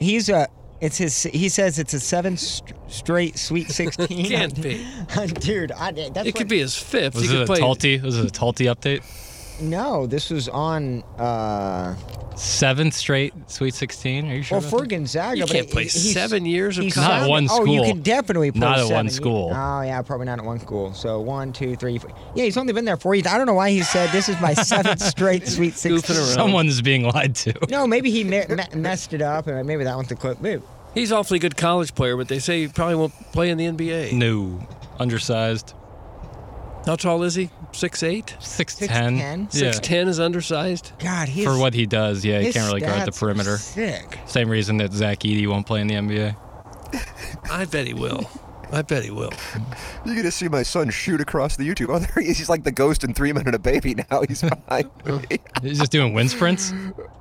S6: He's a. It's his. He says it's a seven st- straight Sweet 16.
S4: [LAUGHS] Can't be.
S6: [LAUGHS] Dude, I, that's
S4: it
S6: what-
S4: could be his fifth.
S5: Was
S4: he
S5: it
S4: could
S5: a
S4: play.
S5: Talty? Was it a Talty update?
S6: No, this was on. Uh,
S5: Seventh straight Sweet 16. Are you sure?
S6: well,
S5: about
S6: for
S5: that?
S6: Gonzaga,
S4: You
S6: but
S4: can't
S6: he-
S4: play
S6: he's-
S4: seven years of
S6: he's
S5: Not at
S6: seven-
S5: one
S6: Oh, you
S5: school.
S6: can definitely play
S5: Not at one
S6: seven years.
S5: school.
S6: Oh yeah, probably not at one school. So one, two, three, four. Yeah, he's only been there four years. I don't know why he said this is my seventh
S5: [LAUGHS]
S6: straight Sweet Sixteen.
S5: Someone's being lied to.
S6: No, maybe he me- me- messed it up, and maybe that one's the clip. Maybe.
S4: He's awfully good college player, but they say he probably won't play in the NBA.
S5: [LAUGHS] No. Undersized.
S4: How tall is he? Six eight?
S5: 6'10.
S6: 6'10"?
S5: Yeah.
S4: Six ten is undersized.
S6: God, his,
S5: For what he does, yeah, he
S6: his
S5: can't really guard the
S6: stats are
S5: perimeter.
S6: Sick.
S5: Same reason that Zach Eady won't play in the NBA.
S4: I bet he will. [LAUGHS] I bet he will.
S2: You're gonna see my son shoot across the YouTube. Oh, there he is. He's like the ghost in Three Men and a Baby. Now [LAUGHS] he's behind me.
S5: He's just doing wind sprints.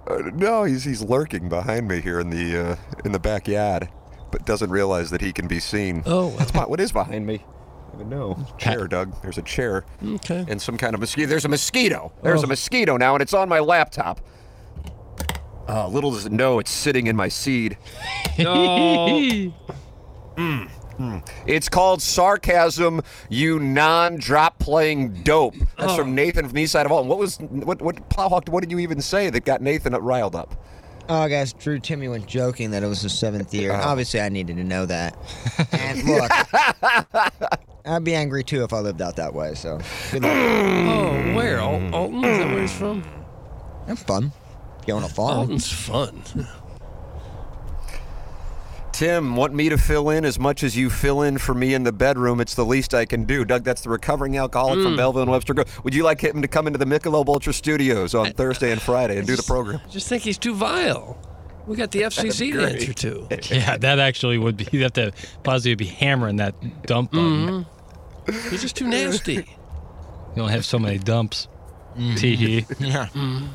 S2: Uh, no, he's he's lurking behind me here in the uh, in the backyard, but doesn't realize that he can be seen.
S4: Oh,
S2: That's my, what is behind me? I don't know. Chair, Doug. There's a chair.
S4: Okay. [LAUGHS]
S2: And some kind of mosquito. There's a mosquito. There's a mosquito now, and it's on my laptop. Uh, little does it know it's sitting in my seed. It's called sarcasm. You non-drop playing dope. That's from Nathan from the east side of Alton. What was what what Plowhawk? What did you even say that got Nathan riled up?
S6: Oh, guys, Drew Timmy was joking that it was the seventh
S5: Oh.
S6: year. Obviously, I needed to know that.
S5: [LAUGHS]
S6: And look, I'd be angry too if I lived out that way. So, good luck.
S4: Oh, where? Al- Alton? Is that where he's from?
S6: I'm fun. Going to farm.
S4: Alton's fun. [LAUGHS]
S2: Tim, want me to fill in as much as you fill in for me in the bedroom? It's the least I can do. Doug, that's the recovering alcoholic from Belleville and Webster. Grove. Would you like him to come into the Michelob Ultra Studios on Thursday and Friday and do the program?
S4: I just think he's too vile. We got [LAUGHS] the FCC to answer to.
S5: [LAUGHS] Yeah, that actually would be. You'd have to possibly be hammering that dump button.
S4: He's just too nasty.
S5: You only have so many dumps. Tee [LAUGHS] hee.
S2: [LAUGHS]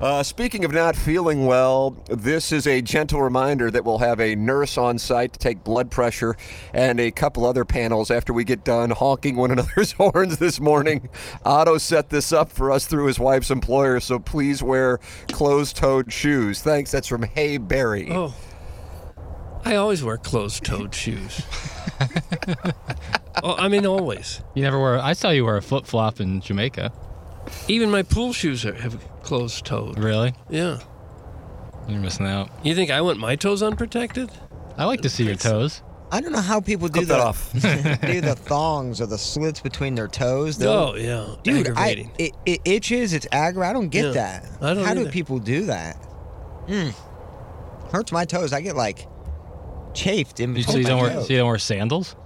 S2: Uh, speaking of not feeling well, this is a gentle reminder that we'll have a nurse on site to take blood pressure and a couple other panels after we get done honking one [LAUGHS] another's horns this morning. Otto set this up for us through his wife's employer, so please wear closed toed shoes. Thanks. That's from Hay Berry.
S4: [LAUGHS] Oh. I always wear closed toed [LAUGHS] shoes. oh, I mean, always.
S5: You never wear. I saw you wear a flip flop in Jamaica.
S4: Even my pool shoes are, have closed toed.
S5: Really?
S4: Yeah.
S5: You're missing out.
S4: You think I want my toes unprotected?
S5: I like to see your toes.
S6: I don't know how people do
S2: Cut that
S6: the
S2: off.
S6: [LAUGHS] do the thongs or the slits between their toes. though.
S4: Oh, yeah.
S6: dude, I,
S4: Aggravating.
S6: it, it itches. It's aggravating. I don't get
S4: Yeah,
S6: that.
S4: I don't
S6: how do
S4: either.
S6: people do that? Mm. Hurts my toes. I get like chafed in
S5: You,
S6: between
S5: so you
S6: my
S5: don't wear.
S6: toes.
S5: So you don't wear sandals.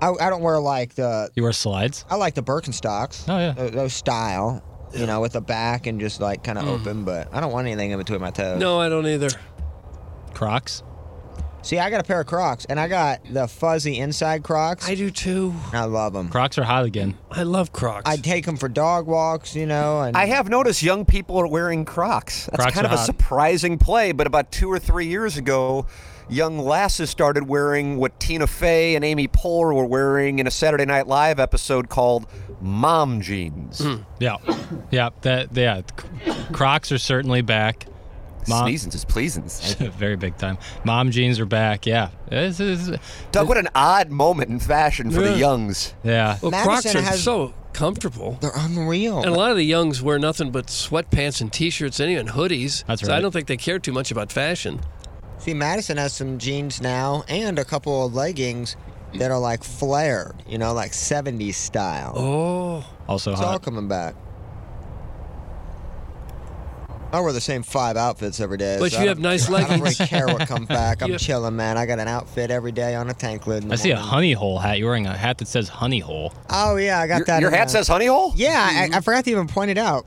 S6: I, I don't wear like the
S5: You wear slides.
S6: I like the Birkenstocks.
S5: Oh, yeah.
S6: Tho- those, style, you know, with the back and just like kind of open. But I don't want anything in between my toes.
S4: no, I don't either.
S5: Crocs.
S6: See, I got a pair of Crocs, and I got the fuzzy inside Crocs.
S4: I do too.
S6: and I love them.
S5: Crocs are hot again.
S4: I love Crocs.
S6: I take them for dog walks, you know, and
S2: I have noticed young people are wearing Crocs. That's
S5: Crocs
S2: kind
S5: are
S2: of a
S5: hot.
S2: surprising play, but about two or three years ago, young lasses started wearing what Tina Fey and Amy Poehler were wearing in a Saturday Night Live episode called Mom Jeans.
S6: Hmm.
S5: Yeah. [COUGHS] Yeah. That. Yeah. Crocs are certainly back. Mom-
S2: Sneezins is pleasins.
S5: [LAUGHS] Very big time. Mom jeans are back. Yeah. This is-
S2: Doug, what an odd moment in fashion for the
S4: Yeah.
S2: youngs.
S5: yeah.
S4: well,
S6: Madison
S4: Crocs are
S6: has-
S4: so comfortable.
S6: they're unreal.
S4: And a lot of the youngs wear nothing but sweatpants and t-shirts and even hoodies.
S5: That's
S4: so I
S5: right.
S4: don't think they care too much about fashion.
S6: See, Madison has some jeans now and a couple of leggings that are like flared, you know, like 70s style.
S4: Oh,
S5: Also
S6: it's all
S5: hot.
S6: coming back. I wear the same five outfits every day.
S4: But
S6: so
S4: you
S6: I
S4: have
S6: don't-
S4: nice
S6: I don't really
S4: leggings.
S6: care
S4: [LAUGHS]
S6: what comes back. I'm
S4: You-
S6: chilling, man. I got an outfit every day on a tank lid. in the
S5: I see a
S6: morning.
S5: honey hole hat. You're wearing a hat that says honey hole.
S6: Oh yeah, I got
S2: Your,
S6: that.
S2: your
S6: in
S2: hat
S6: a-
S2: says honey hole?
S6: Yeah, I, I forgot to even point it out.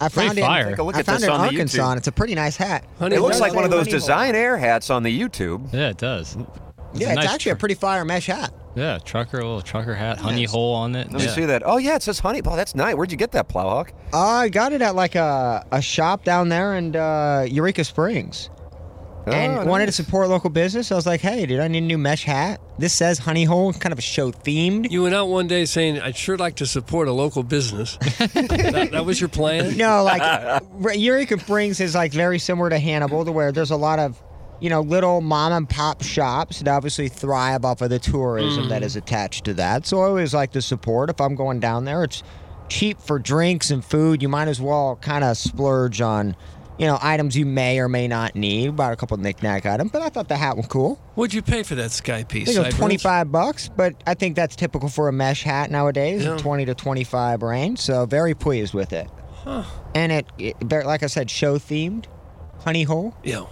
S6: I
S5: Pretty
S6: found
S5: fire.
S6: it.
S5: Take a
S2: look
S6: I
S2: at
S6: found
S2: this
S6: it
S2: on
S6: in
S2: the
S6: Arkansas.
S2: YouTube.
S6: and It's a pretty nice hat.
S4: honey,
S2: It looks
S6: does
S2: like one of
S6: say
S2: those
S6: honey hole.
S2: design air hats on the YouTube.
S5: Yeah, it does. It's
S6: Yeah,
S5: a
S6: it's
S5: nice
S6: actually a pretty fire mesh hat.
S5: tr- yeah trucker, a little trucker hat, honey hole on it.
S2: Let me
S5: yeah.
S2: see that. Oh, yeah, it says honey. Wow, that's nice. Where'd you get that, Plowhawk?
S6: I got it at like a, a shop down there in uh, Eureka Springs. and
S2: Oh,
S6: wanted to
S2: nice.
S6: support local business. I was like, hey, dude, I need a new mesh hat. This says Honey Hole, kind of a show themed.
S4: you went out one day saying, "I'd sure like to support a local
S6: [LAUGHS]
S4: business." that, that was your plan.
S6: No, like Re- Eureka Springs is like very similar to Hannibal, to where there's a lot of, you know, little mom and pop shops that obviously thrive off of the tourism that is attached to that. So I always like to support if I'm going down there. It's cheap for drinks and food, you might as well kind of splurge on, you know, items you may or may not need. About a couple knickknack items, but I thought the hat was cool.
S4: What'd you pay for that sky
S6: I
S4: piece?
S6: think it was
S4: Cyburns?
S6: 25 bucks, but I think that's typical for a mesh hat nowadays,
S4: Yeah.
S6: 20 to 25 range. So very pleased with it. And it, it, very- like I said, show themed, honey hole.
S4: Yeah.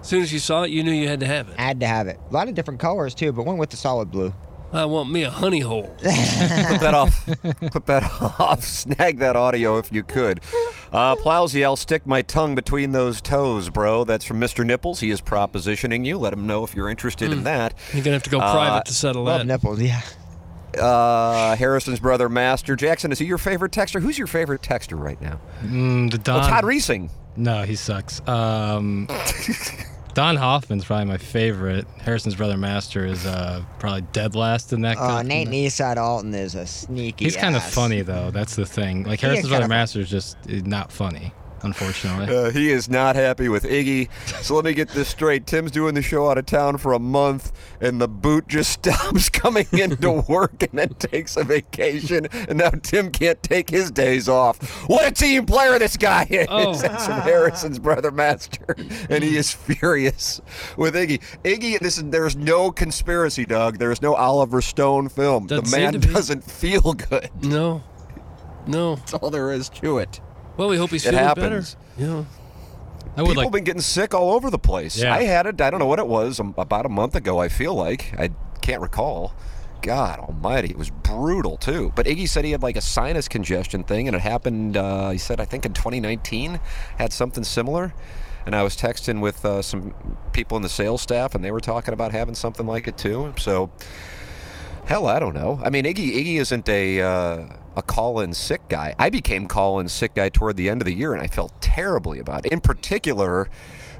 S4: As soon as you saw it, you knew you had to have it.
S6: I had to have it. A lot of different colors too, but went with the solid blue.
S4: I want me a honey
S6: [LAUGHS]
S4: hole.
S2: Clip that off. Clip that [LAUGHS] off. Snag that audio if you could. Uh, Plowsy, I'll stick my tongue between those toes, bro. That's from Mr. Nipples. He is propositioning you. Let him know if you're interested in that.
S4: You're gonna have to go
S2: Uh,
S4: private to settle
S6: Love
S4: that.
S6: nipples, yeah.
S2: Uh, Harrison's brother, Master Jackson. Is he your favorite texter? Who's your favorite texter right now?
S5: Mm, the Don.
S2: Oh, Todd Reesing.
S5: No, he sucks.
S2: [LAUGHS]
S5: Um, Don Hoffman's probably my favorite. Harrison's brother Master is uh, probably dead last in that.
S2: Uh,
S6: Oh,
S5: company.
S6: Nate Neeside Alton is a sneaky.
S5: He's kind of
S6: ass.
S5: funny though. That's the thing. Like
S6: He
S5: Harrison's
S6: is
S5: brother
S6: kinda funny.
S5: Master is just uh, not funny, unfortunately.
S2: Uh, he is not happy with Iggy. So let me get this straight. Tim's doing the show out of town for a month, and the boot just [LAUGHS] stops coming into work and then takes a vacation. And now Tim can't take his days off. What a team player this guy is!
S4: Oh.
S2: [LAUGHS] That's from Harrison's brother Master. And he is furious with Iggy. Iggy, this is, there's no conspiracy, Doug. There's no Oliver Stone film.
S4: Doesn't
S2: the
S4: seem
S2: man
S4: to be.
S2: doesn't feel good. [LAUGHS]
S4: No. No.
S2: That's all there is to it.
S4: Well, we hope he's
S2: It
S4: feeling
S2: happens.
S4: better. Yeah.
S5: I would
S2: People
S5: like.
S2: been getting sick all over the place.
S5: Yeah.
S2: I had it. I don't know what it was. um, About a month ago, I feel like I can't recall. God Almighty, it was brutal too. But Iggy said he had like a sinus congestion thing, and it happened. Uh, he said I think in 2019 had something similar. And I was texting with uh, some people in the sales staff, and they were talking about having something like it too. So, hell, I don't know. I mean, Iggy Iggy isn't a uh, a call-in sick guy. I became call-in sick guy toward the end of the year, and I felt terribly about it. In particular,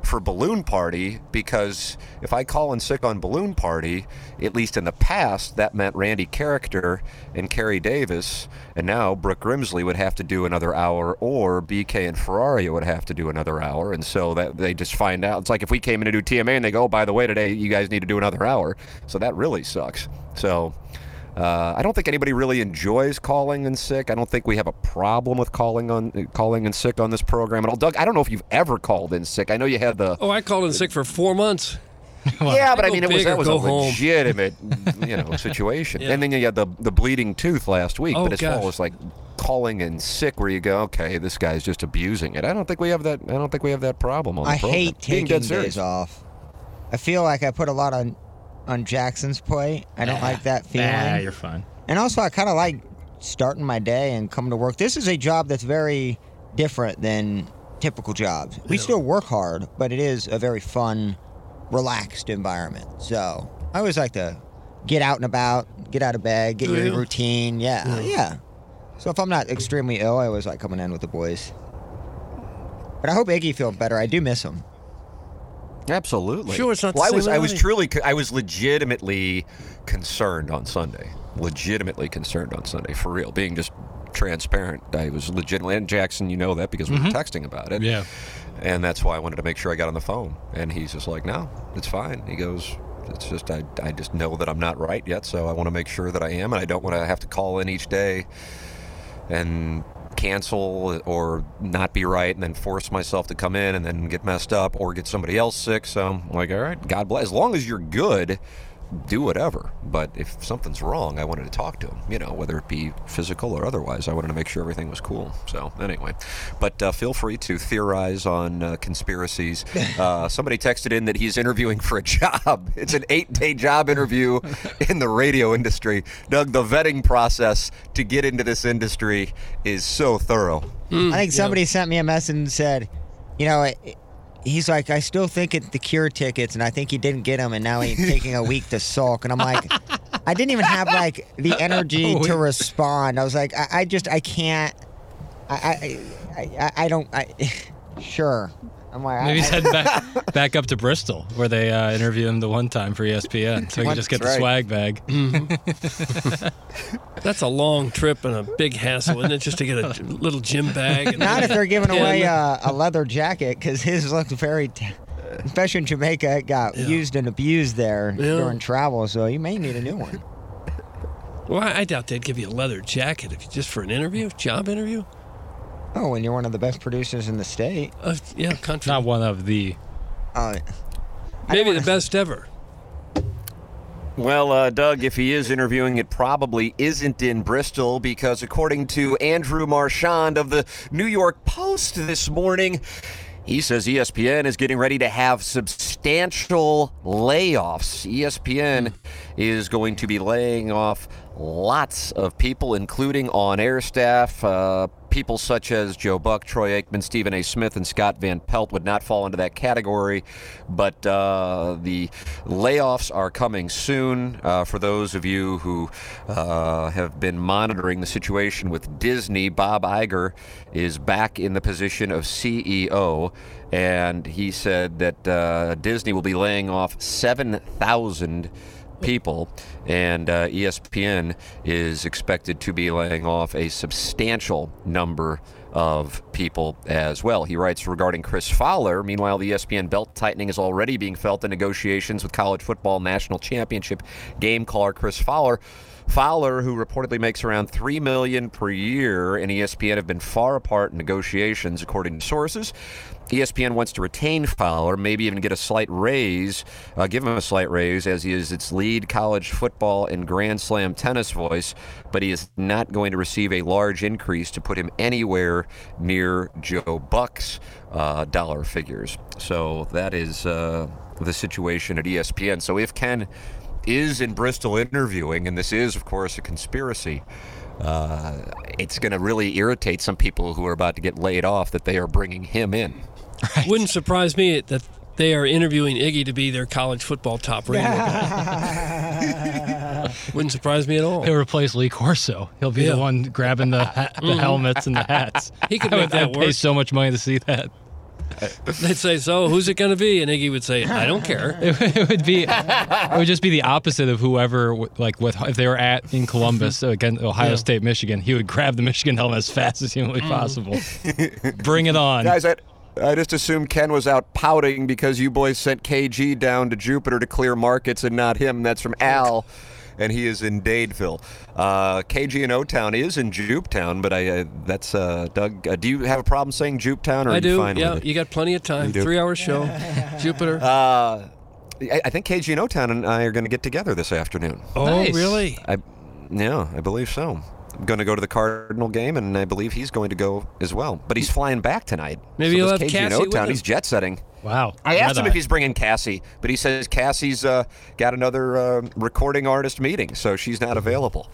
S2: for Balloon Party, because if I call in sick on Balloon Party, at least in the past, that meant Randy Character and Carrie Davis, and now Brooke Grimsley would have to do another hour, or BK and Ferrari would have to do another hour, and so that they just find out. It's like if we came in to do TMA and they go, oh, by the way, today you guys need to do another hour, so that really sucks. So. Uh, I don't think anybody really enjoys calling in sick. I don't think we have a problem with calling on calling in sick on this program at all. Doug, I don't know if you've ever called in sick. I know you had the
S4: Oh, I called in sick for four months.
S2: yeah, but I
S4: Go
S2: mean it was
S4: big or
S2: that was a
S4: go home. [LAUGHS]
S2: legitimate you know situation.
S4: Yeah.
S2: And then you had the the bleeding tooth last week.
S4: Oh,
S2: but as
S4: gosh.
S2: far as like calling in sick, where you go, okay, this guy's just abusing it. I don't think we have that. I don't think we have that problem on
S6: I
S2: the program.
S6: hate
S2: Being
S6: taking
S2: dead
S6: days
S2: serious.
S6: off. I feel like I put a lot on on Jackson's plate. I don't like that feeling.
S5: Nah, you're fine.
S6: And also, I kind of like starting my day and coming to work. This is a job that's very different than typical jobs. We still work hard, but it is a very fun, relaxed environment. So I always like to get out and about, get out of bed, get your
S4: Yeah.
S6: routine. Yeah, yeah. So if I'm not extremely ill, I always like coming in with the boys. But I hope Iggy feels better. I do miss him.
S2: Absolutely.
S4: Sure, it's not
S2: Well,
S4: the
S2: I was
S4: same
S2: I was
S4: way.
S2: truly co- I was legitimately concerned on Sunday. Legitimately concerned on Sunday for real. Being just transparent, I was legitimately. And Jackson, you know that because we
S4: Mm-hmm.
S2: were texting about it.
S5: Yeah.
S2: And that's why I wanted to make sure I got on the phone. And he's just like, "No, it's fine." He goes. It's just I, I just know that I'm not right yet, so I want to make sure that I am, and I don't want to have to call in each day and cancel or not be right and then force myself to come in and then get messed up or get somebody else sick. So I'm like, all right, God bless. As long as you're good, do whatever. But if something's wrong, I wanted to talk to him, you know, whether it be physical or otherwise. I wanted to make sure everything was cool. So anyway, but uh, feel free to theorize on uh, conspiracies. [LAUGHS] Uh, somebody texted in that he's interviewing for a job. [LAUGHS] It's an eight day job [LAUGHS] interview in the radio industry. Doug, the vetting process to get into this industry is so thorough.
S4: Hmm,
S6: I think somebody sent me a message and said, you know, it, he's like, I still think it's the cure tickets, and I think he didn't get them, and now he's taking a week to sulk. And I'm like, I didn't even have like
S4: [LAUGHS] Oh,
S6: the energy to respond. I was like, I, I just, I can't, I, I, I, I, I don't, I, [LAUGHS] sure. I'm like,
S5: Maybe
S6: I,
S5: he's
S6: I,
S2: [LAUGHS]
S4: [LAUGHS]
S5: heading back, back up to Bristol, where they uh, interview him the one time for
S2: [LAUGHS]
S5: E ESPN, so he can just get the
S2: That's right.
S5: swag bag.
S2: [CLEARS THROAT]
S4: That's a long trip and a big hassle, isn't it? Just to get a little gym bag. And
S6: not if they're giving
S4: Yeah,
S6: away
S4: no.
S6: uh, a leather jacket because his looked very. T- Especially in Jamaica, it got used and abused there
S4: Yeah.
S6: during travel, so you may need a new one.
S4: Well, I I doubt they'd give you a leather jacket if you just for an interview, job interview.
S6: Oh, and you're one of the best producers in the state.
S4: Uh, yeah, country.
S5: Not one of the.
S6: Uh,
S4: Maybe the best ever.
S2: Well, uh, Doug, if he is interviewing, it probably isn't in Bristol because, according to Andrew Marchand of the New York Post this morning, he says E ESPN is getting ready to have substantial layoffs. E ESPN is going to be laying off lots of people, including on air staff. Uh, people such as Joe Buck, Troy Aikman, Stephen A. Smith, and Scott Van Pelt would not fall into that category. But uh, the layoffs are coming soon. Uh, for those of you who uh, have been monitoring the situation with Disney, Bob Iger is back in the position of CEO. And he said that uh, Disney will be laying off 7,000 people, and uh, ESPN is expected to be laying off a substantial number of people as well. He writes regarding Chris Fowler. Meanwhile, the E ESPN belt tightening is already being felt in negotiations with college football national championship game caller Chris Fowler. Fowler, who reportedly makes around three million per year, E and ESPN have been far apart in negotiations, according to sources. E ESPN wants to retain Fowler, maybe even get a slight raise, uh, give him a slight raise, as he is its lead college football and Grand Slam tennis voice, but he is not going to receive a large increase to put him anywhere near Joe Buck's uh, dollar figures. So that is uh, the situation at E ESPN. So if Ken is in Bristol interviewing, and this is, of course, a conspiracy. Uh, it's going to really irritate some people who are about to get laid off that they are bringing him in.
S4: Wouldn't surprise me that they are interviewing Iggy to be their college football
S6: [LAUGHS]
S4: top rated. Wouldn't surprise me at all.
S5: He'll replace Lee Corso. He'll be
S4: Yeah.
S5: the one grabbing the ha-
S8: Mm-hmm.
S5: the helmets and the hats.
S4: He could
S5: I
S4: make
S5: would-
S4: that
S5: I'd pay
S4: work.
S5: so much money to see that. [LAUGHS]
S4: They'd say, "So, who's it going to be?" And Iggy would say, "I don't care."
S5: it would be it would just be the opposite of whoever w- like with if they were at in Columbus so again Ohio State Michigan he would grab the Michigan helmet as fast as humanly possible
S8: [LAUGHS]
S5: bring it on
S8: Mm. Guys, I, I just assumed Ken was out pouting because you boys sent KG down to Jupiter to clear markets and not him. That's from Al, and he is in Dadeville. Uh, KG in O Town is in Jupetown, but I uh, that's uh, Doug. Uh, do you have a problem saying Jupetown or are
S4: I
S8: you
S4: do.
S8: fine
S4: Yeah,
S8: with it?
S4: you got plenty of time.
S8: do.
S4: Three-hour
S6: [LAUGHS]
S4: show. Jupiter.
S8: Uh, I, I think KG in O Town and I are going to get together this afternoon.
S4: oh,
S5: nice.
S4: really?
S8: I, yeah, I believe so. I'm going to go to the Cardinal game, and I believe he's going to go as well. But he's flying back tonight.
S4: Maybe
S8: so
S4: he'll
S8: this
S4: have
S8: KG in
S4: Cassie with
S8: O-Town,
S4: him.
S8: He's jet setting.
S5: wow
S8: I asked him
S5: Red
S8: if
S5: eye.
S8: he's bringing Cassie, but he says Cassie's uh, got another uh, recording artist meeting, so she's not available.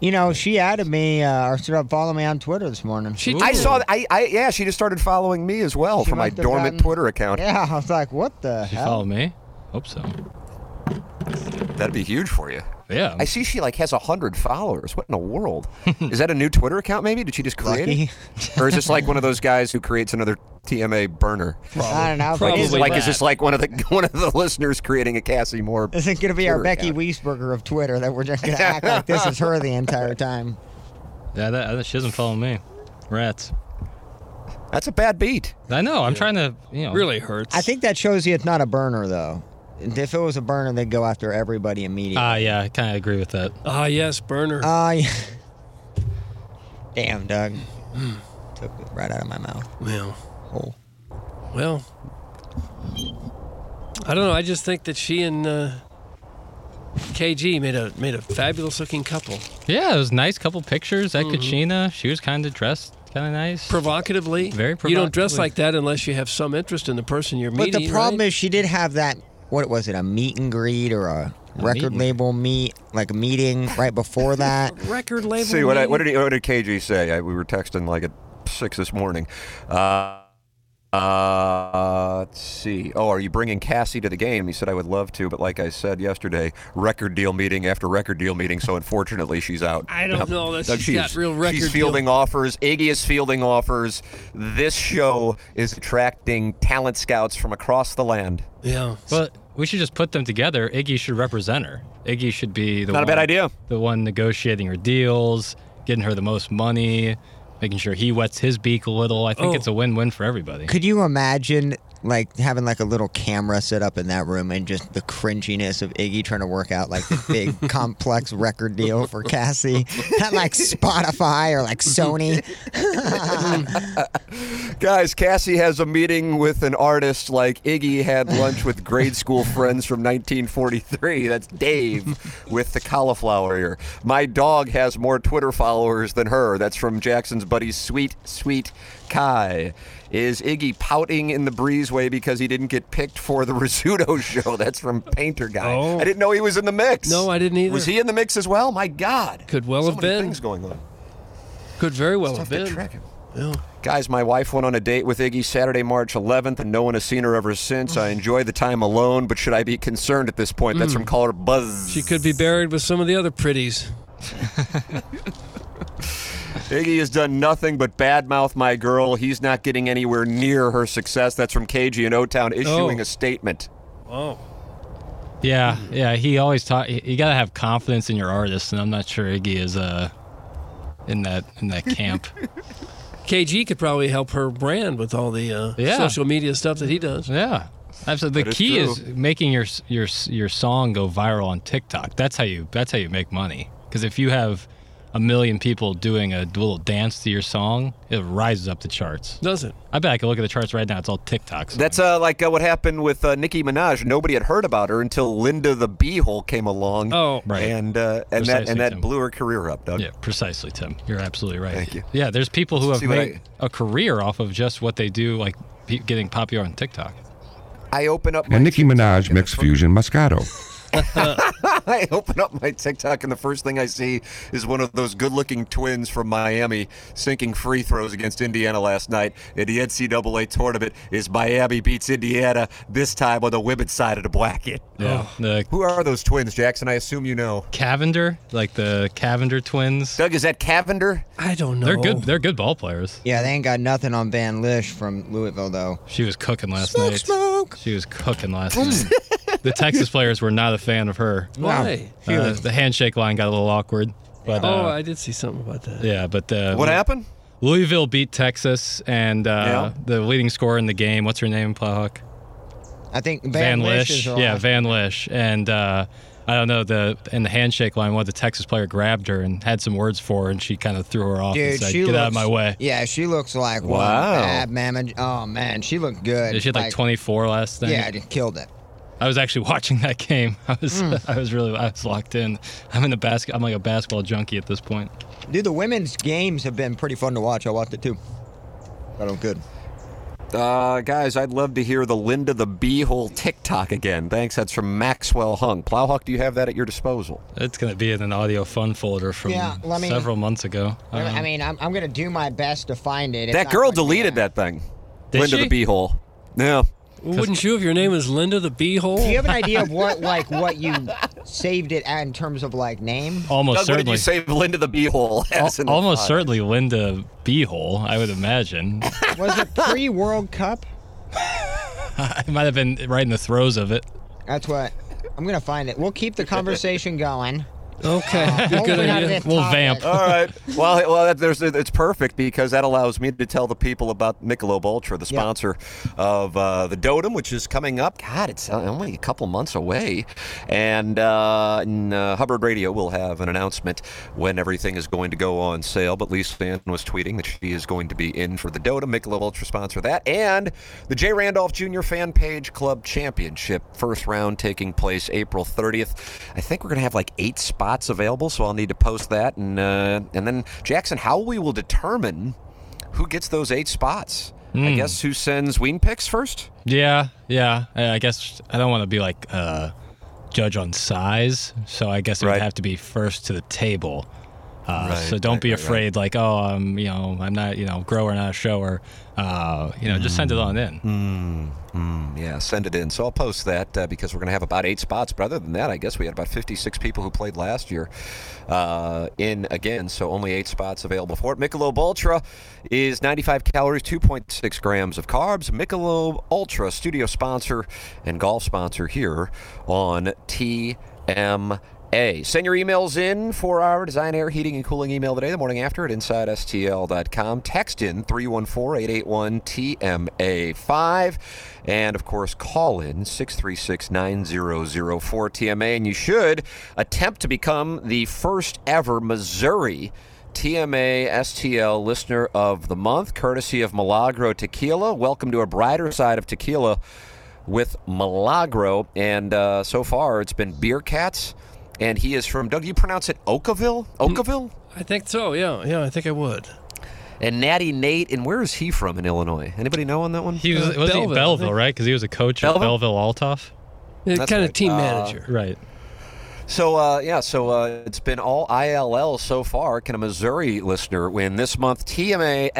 S6: you know, she added me uh, or started following me on Twitter this morning.
S4: She
S8: I
S4: did.
S8: saw, th- I, I, yeah, she just started following me as well
S6: She
S8: from my
S6: must have
S8: dormant
S6: gotten-
S8: Twitter account.
S6: [LAUGHS] Yeah, I was like, what the
S5: you
S6: hell?
S5: follow me hope so
S8: That'd be huge for you.
S5: yeah
S8: I see she like has hundred followers. What in the [LAUGHS] world? is that a new Twitter account? Maybe did she just create it, or is this like one of those guys who creates another TMA burner?
S6: I don't know.
S4: Probably
S6: But
S8: Is
S6: is,
S8: it like is
S4: that.
S8: this like one of the [LAUGHS] one of the listeners creating a Cassie Moore?
S6: is it going to be our
S8: Twitter
S6: Becky
S8: account?
S6: Weisberger of Twitter that we're just going to act like this is her the entire time?
S5: yeah that, that- she doesn't follow me rats
S8: That's a bad beat.
S5: I know I'm trying to you know
S4: Really hurts.
S6: I think that shows you it's not a burner, though. If it was a burner, they'd go after everybody immediately.
S5: ah yeah I kind of agree with that
S4: Ah, yes, burner.
S6: Uh, [LAUGHS] yeah. Damn, Doug. Took it right out of my mouth.
S4: well,
S6: Oh.
S4: well. I don't know. I just think that she and uh, KG made a made a fabulous-looking couple.
S5: yeah it was a nice couple pictures at Kachina she was kind of dressed kind of nice
S4: Provocatively.
S5: Very
S4: You don't dress
S5: provocatively.
S4: like that unless you have some interest in the person you're
S6: But
S4: meeting.
S6: the problem
S4: right?
S6: is, she did have that. What was it? A meet and greet or a, record
S5: and-
S6: label meet, like a meeting right before that.
S4: record label.
S8: See what I, what
S4: meeting.
S8: did he, what did KG say? I, we were texting like at six this morning. Uh, uh, let's see. Oh, are you bringing Cassie to the game? He said I would love to, but like I said yesterday, record deal meeting after record deal meeting. So unfortunately, she's out.
S4: I don't know that
S8: Doug,
S4: she's got real record
S8: She's
S4: deal-
S8: fielding offers. Iggy is fielding offers. This show is attracting talent scouts from across the land.
S4: Yeah.
S5: But we should just put them together. Iggy should represent her. Iggy should be the
S8: Not a
S5: one,
S8: bad idea.
S5: The one negotiating her deals, getting her the most money, making sure he wets his beak a little. I think
S4: Oh.
S5: it's a win-win for everybody.
S6: Could you imagine like having like a little camera set up in that room and just the cringiness of Iggy trying to work out like the big complex record deal for Cassie at like Spotify or like Sony.
S2: Guys, Cassie has a meeting with an artist like Iggy had lunch with grade school friends from 1943. That's Dave with the cauliflower ear. My dog has more Twitter followers than her. That's from Jackson's buddy Sweet Sweet Kai. Is Iggy pouting in the breezeway because he didn't get picked for the [LAUGHS] Rizzuto show? That's from Painter Guy.
S4: Oh.
S2: I didn't know he was in the mix.
S4: No, I didn't either.
S2: Was he in the mix as well? My God.
S4: Could well
S2: So
S4: have
S2: many
S4: been.
S2: things going on.
S4: Could very well have
S2: Tough to
S4: been.
S2: track him. Guys, my wife went on a date with Iggy Saturday, March 11th, and no one has seen her ever since. I enjoy the time alone, but should I be concerned at this point? That's from caller Buzz.
S4: Mm. She could be buried with some of the other pretties.
S2: Iggy has done nothing but badmouth my girl. He's not getting anywhere near her success. That's from KG in O Town issuing
S4: Oh.
S2: a statement.
S5: Yeah, yeah. He always taught you gotta have confidence in your artist, and I'm not sure Iggy is uh in that in that camp.
S4: KG could probably help her brand with all the uh,
S5: Yeah.
S4: social media stuff that he does.
S5: yeah, absolutely. The
S2: That is
S5: key
S2: true.
S5: is making your your your song go viral on TikTok. That's how you that's how you make money. Because if you have a million people doing a little dance to your song, it rises up the charts.
S4: Does it?
S5: I bet I could look at the charts right now. It's all TikToks.
S2: That's uh, like uh, what happened with uh, Nicki Minaj. Nobody had heard about her until Linda the Beehole came along.
S4: Oh.
S5: Right.
S2: And, uh, and, that,
S5: Precisely,
S2: and that
S5: Tim.
S2: blew her career up, Doug.
S5: Yeah, precisely, Tim. You're absolutely right.
S2: Thank you.
S5: Yeah, there's people who have
S2: See what I-
S5: made a career off of just what they do, like pe- getting popular on TikTok.
S2: I open up my
S3: And Nicki
S2: TikTok
S3: Minaj
S2: and the
S3: mixed fusion Moscato.
S2: [LAUGHS] I open up my TikTok and the first thing I see is one of those good-looking twins from Miami sinking free throws against Indiana last night in the NCAA tournament. Is Miami beats Indiana this time on the women's side of the bracket?
S5: Yeah. The
S2: Who are those twins, Jackson? I assume you know.
S5: Cavender, like the Cavender twins.
S2: Doug, is that Cavender?
S4: I don't know.
S5: They're good. They're good ball players.
S6: Yeah, they ain't got nothing on Van Lish from Louisville though.
S5: She was cooking last
S6: Smoke,
S5: night.
S6: smoke.
S5: She was cooking last night. The Texas players were not a fan of her.
S4: Why?
S5: Uh, the handshake line got a little awkward, but
S4: Oh,
S5: uh,
S4: I did see something about that.
S5: yeah. But uh,
S2: What happened?
S5: Louisville beat Texas, and uh,
S2: Yeah.
S5: the leading scorer in the game. What's her name? Plowhawk.
S6: I think
S5: Van,
S6: Van,
S5: Lish.
S6: Lish. is
S5: yeah,
S6: on.
S5: Van Lish. And uh, I don't know the in the handshake line, one of the Texas player grabbed her and had some words for her, and she kind of threw her off and
S6: Dude,
S5: said,
S6: she
S5: "Get
S6: looks,
S5: out of my way."
S6: Yeah, she looks like wow.
S2: Wow.
S6: bad mama. Oh man, she looked good.
S5: Yeah, she had like 24 last night.
S6: Yeah, I just killed it.
S5: I was actually [LAUGHS] watching that game. I was
S6: Hmm.
S5: [LAUGHS] I was really I was locked in. I'm in the basket. I'm like a basketball junkie at this point.
S6: Dude, the women's games have been pretty fun to watch. I watched it too. But I'm good.
S2: Uh, guys, I'd love to hear the Linda the Beehole TikTok again. Thanks. That's from Maxwell Hung. Plowhawk, do you have that at your disposal?
S5: It's gonna be in an audio fun folder from
S6: Yeah, let me-
S5: several months ago. Um,
S6: I mean, I'm, I'm gonna do my best to find it. It's
S2: that
S6: not
S2: girl
S6: going to be
S2: deleted
S6: there.
S2: that thing.
S5: Did
S2: Linda
S5: she?
S2: the Beehole. Yeah.
S4: Well, wouldn't you if your name is Linda the Beehole?
S6: Do you have an idea of what like what you saved it at in terms of like name?
S5: almost
S2: Doug,
S5: certainly.
S2: what did you save Linda the beehole? As in the
S5: almost
S2: pod?
S5: certainly Linda Beehole. I would
S6: [LAUGHS]
S5: imagine.
S6: Was it pre World Cup?
S5: I might have been right in the throes of it.
S6: That's what I'm gonna find it. We'll keep the conversation going. [LAUGHS]
S4: Okay. Good, good
S6: Hopefully not
S4: idea.
S6: this
S5: We'll
S6: topic.
S2: [LAUGHS]
S5: vamp.
S2: All right. Well, well, that, there's, it's perfect because that allows me to tell the people about Michelob Ultra, the sponsor of uh, the Dotem, which is coming up. God, it's only a couple months away, and, uh, and, uh, Hubbard Radio will have an announcement when everything is going to go on sale. But Lisa Stan was tweeting that she is going to be in for the Dotem. Michelob Ultra sponsor that, and the J. Randolph Jr. Fan Page Club Championship first round taking place April 30th. I think we're going to have like eight spots available, so I'll need to post that, and uh, and then Jackson, how we will determine who gets those eight spots. I guess who sends ween picks first?
S5: Yeah, yeah. I I guess I don't want to be like uh, judge on size, so I guess it
S2: Right.
S5: would have to be first to the table. Uh,
S2: Right,
S5: so don't
S2: right,
S5: be
S2: right, right.
S5: afraid, like, oh, I'm, you know, I'm not, you know, grower, not a shower. Uh, you know, just send it
S2: Mm.
S5: on in.
S2: Hmm, Yeah, send it in. So I'll post that uh, because we're going to have about eight spots. But other than that, I guess we had about 56 people who played last year uh, in again. So only eight spots available for it. Michelob Ultra is 95 calories, 2.6 grams of carbs. Michelob Ultra, studio sponsor and golf sponsor here on TMA. A. Send your emails in for our design, air, heating, and cooling email today, the morning after at InsideSTL.com. Text in 314-881-TMA5. And, of course, call in 636-9004-TMA. And you should attempt to become the first ever Missouri TMA STL Listener of the Month, courtesy of Milagro Tequila. Welcome to a brighter side of tequila with Milagro. And uh, so far, it's been Beer Cats. And he is from, Doug, do you pronounce it Oakville? Oakville?
S4: I think so. Yeah, yeah. I think I would.
S2: And Natty Nate. And where is he from in Illinois? Anybody know on that one?
S5: He was, was
S4: Belleville, I
S5: Belleville, he Belleville,
S4: think.
S5: right? Because he was a coach at
S2: Belleville?
S5: Belleville Altoff.
S4: Yeah,
S2: That's
S4: kind of
S2: right.
S4: team
S2: Uh,
S4: manager.
S5: Right.
S2: So uh, yeah, so uh, it's been all ILL so far. Can a Missouri listener win this month?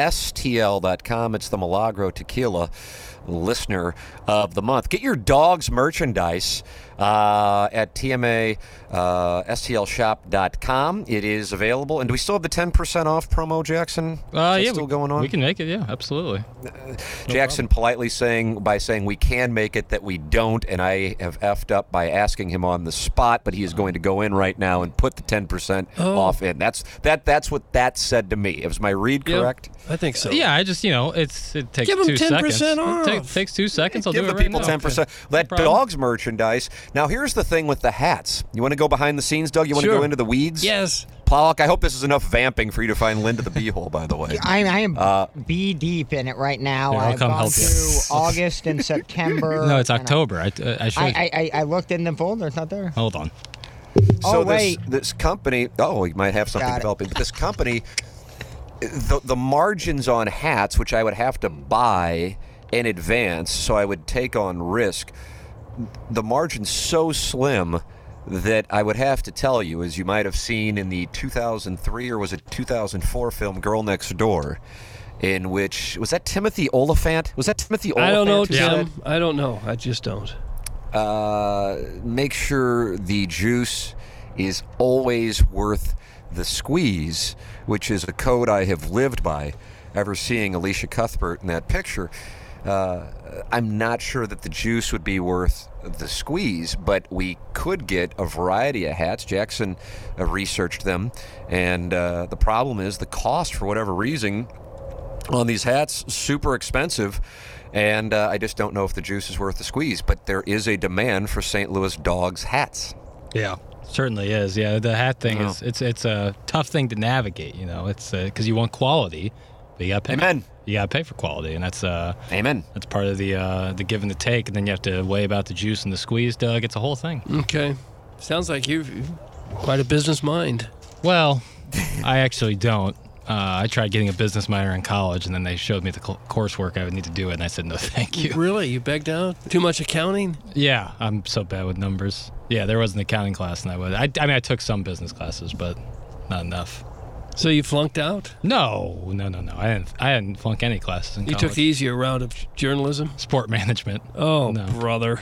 S2: TMASTL.com. It's the Milagro Tequila listener of the month. Get your dog's merchandise uh, at TMA uh, STLShop.com. It is available. And do we still have the ten percent off promo, Jackson?
S5: Uh,
S2: Is that
S5: yeah,
S2: still
S5: we-
S2: going on.
S5: We can make it. Yeah, absolutely.
S2: Jackson politely saying by saying we can make it that we don't, and I have effed up by asking him on the spot, but he is going to go in right now and put the ten percent
S5: Oh.
S2: off in. That's that that's what that said to me. It was my read
S4: Yeah,
S2: correct?
S4: I think so.
S5: Yeah, I just you know it's it takes
S4: Give 'em
S5: two
S4: 10%
S5: seconds. It ta-
S4: off.
S5: takes two seconds. I'll
S2: Give
S5: do
S2: the
S5: it right
S2: people
S5: now.
S2: ten percent. That
S5: problem.
S2: dog's merchandise. Now here's the thing with the hats. You want to go behind the scenes, Doug? You want to go
S4: Sure.
S2: into the weeds?
S4: Yes.
S2: Pollock, I hope this is enough vamping for you to find Linda the Beehole, by the way.
S6: I, I am B deep in it right now.
S5: Here, I'll
S6: I've
S5: come
S6: gone
S5: help you.
S6: through
S5: [LAUGHS]
S6: August and September.
S5: No, it's
S6: and I-
S5: October. I I, I should
S6: I, I, I, I looked in the folder. It's
S5: [LAUGHS]
S6: not there.
S5: hold on.
S2: So
S6: Oh, wait.
S2: this this company, oh, you might have something
S6: Got it.
S2: developing. But this company, the the margins on hats, which I would have to buy in advance, so I would take on risk. The margin's so slim that I would have to tell you, as you might have seen in the 2003 or was it 2004 film Girl Next Door, in which was that Timothy Oliphant? Was that Timothy
S4: I
S2: Oliphant?
S4: don't know,
S2: who said-
S4: Tim. I don't know. I just don't.
S2: uh, make sure the juice is always worth the squeeze, which is a code I have lived by ever seeing Alicia Cuthbert in that picture. Uh, I'm not sure that the juice would be worth the squeeze, but we could get a variety of hats. Jackson uh, researched them, and uh, the problem is the cost, for whatever reason, on these hats super expensive and uh, i just don't know if the juice is worth the squeeze but there is a demand for st louis dogs hats
S5: Yeah, certainly is. Yeah, the hat thing is it's it's a tough thing to navigate. You know, it's because you want quality, but you got pay.
S2: Amen.
S5: You got to pay for quality, and that's uh
S2: amen
S5: that's part of the uh the give and the take, and then you have to weigh about the juice and the squeeze, Doug. It's a whole thing.
S4: Okay. Sounds like you've you've quite a business mind.
S5: Well, I actually don't. Uh, I tried getting a business minor in college, and then they showed me the cl- coursework I would need to do, and I said no, [LAUGHS] thank you.
S4: Really? You begged out? Too much accounting?
S5: Yeah, I'm so bad with numbers. Yeah, there was an accounting class, and I would. I, I mean, I took some business classes, but not enough.
S4: So you flunked out?
S5: No, no, no, no. I didn't. I didn't flunk any classes in
S4: You took
S5: college.
S4: the easier route of journalism?
S5: sport management.
S4: Oh,
S5: No.
S4: brother.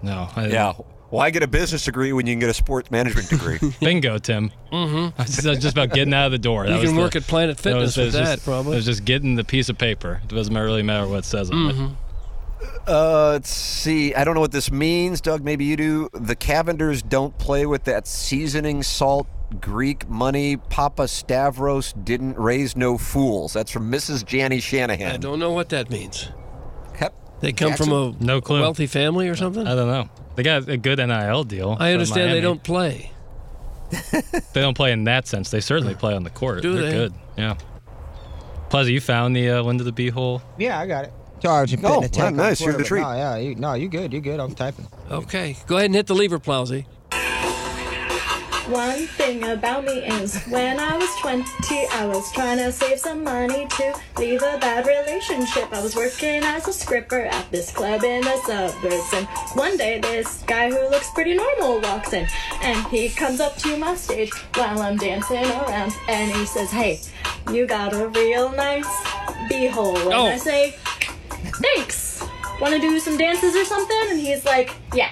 S5: No, I,
S2: yeah why get a business degree when you can get a sports management degree
S5: Bingo, Tim. Mm-hmm. [LAUGHS] I was just about getting out of the door. That
S4: you can
S5: was
S4: work
S5: the,
S4: at Planet
S5: that
S4: Fitness
S5: was, it
S4: with
S5: was
S4: that,
S5: just,
S4: probably.
S5: It was just getting the piece of paper. It doesn't really matter what it says on
S4: Mm-hmm.
S2: [LAUGHS]
S5: it.
S2: uh, let's see i don't know what this means doug maybe you do the cavenders don't play with that seasoning salt greek money papa stavros didn't raise no fools that's from mrs janie shanahan
S4: I don't know what that means.
S2: Hep.
S4: They come from a
S5: No clue.
S4: wealthy family or something?
S5: I don't know. They got a good NIL deal.
S4: I
S5: from
S4: understand
S5: Miami.
S4: they don't play.
S5: They don't play in that sense. They certainly play on the court.
S4: Do
S5: They're
S4: they?
S5: good. Yeah. Plaza, you found the uh, Linda the Bee hole.
S6: Yeah, I got it. Sorry, I was just
S2: Oh,
S6: putting a take
S2: wow,
S6: on
S2: nice.
S6: Twitter,
S2: You're the
S6: but
S2: treat.
S6: No, yeah, you, no, you good. You good. I'm typing.
S4: Okay. Go ahead and hit the lever, Plowsy.
S9: One thing about me is when I was 20, I was trying to save some money to leave a bad relationship. I was working as a stripper at this club in the suburbs, and one day this guy who looks pretty normal walks in, and he comes up to my stage while I'm dancing around, and he says, "Hey, you got a real nice beehole," and
S4: Oh.
S9: I say, "Thanks. Want to do some dances or something?" And he's like, "Yeah."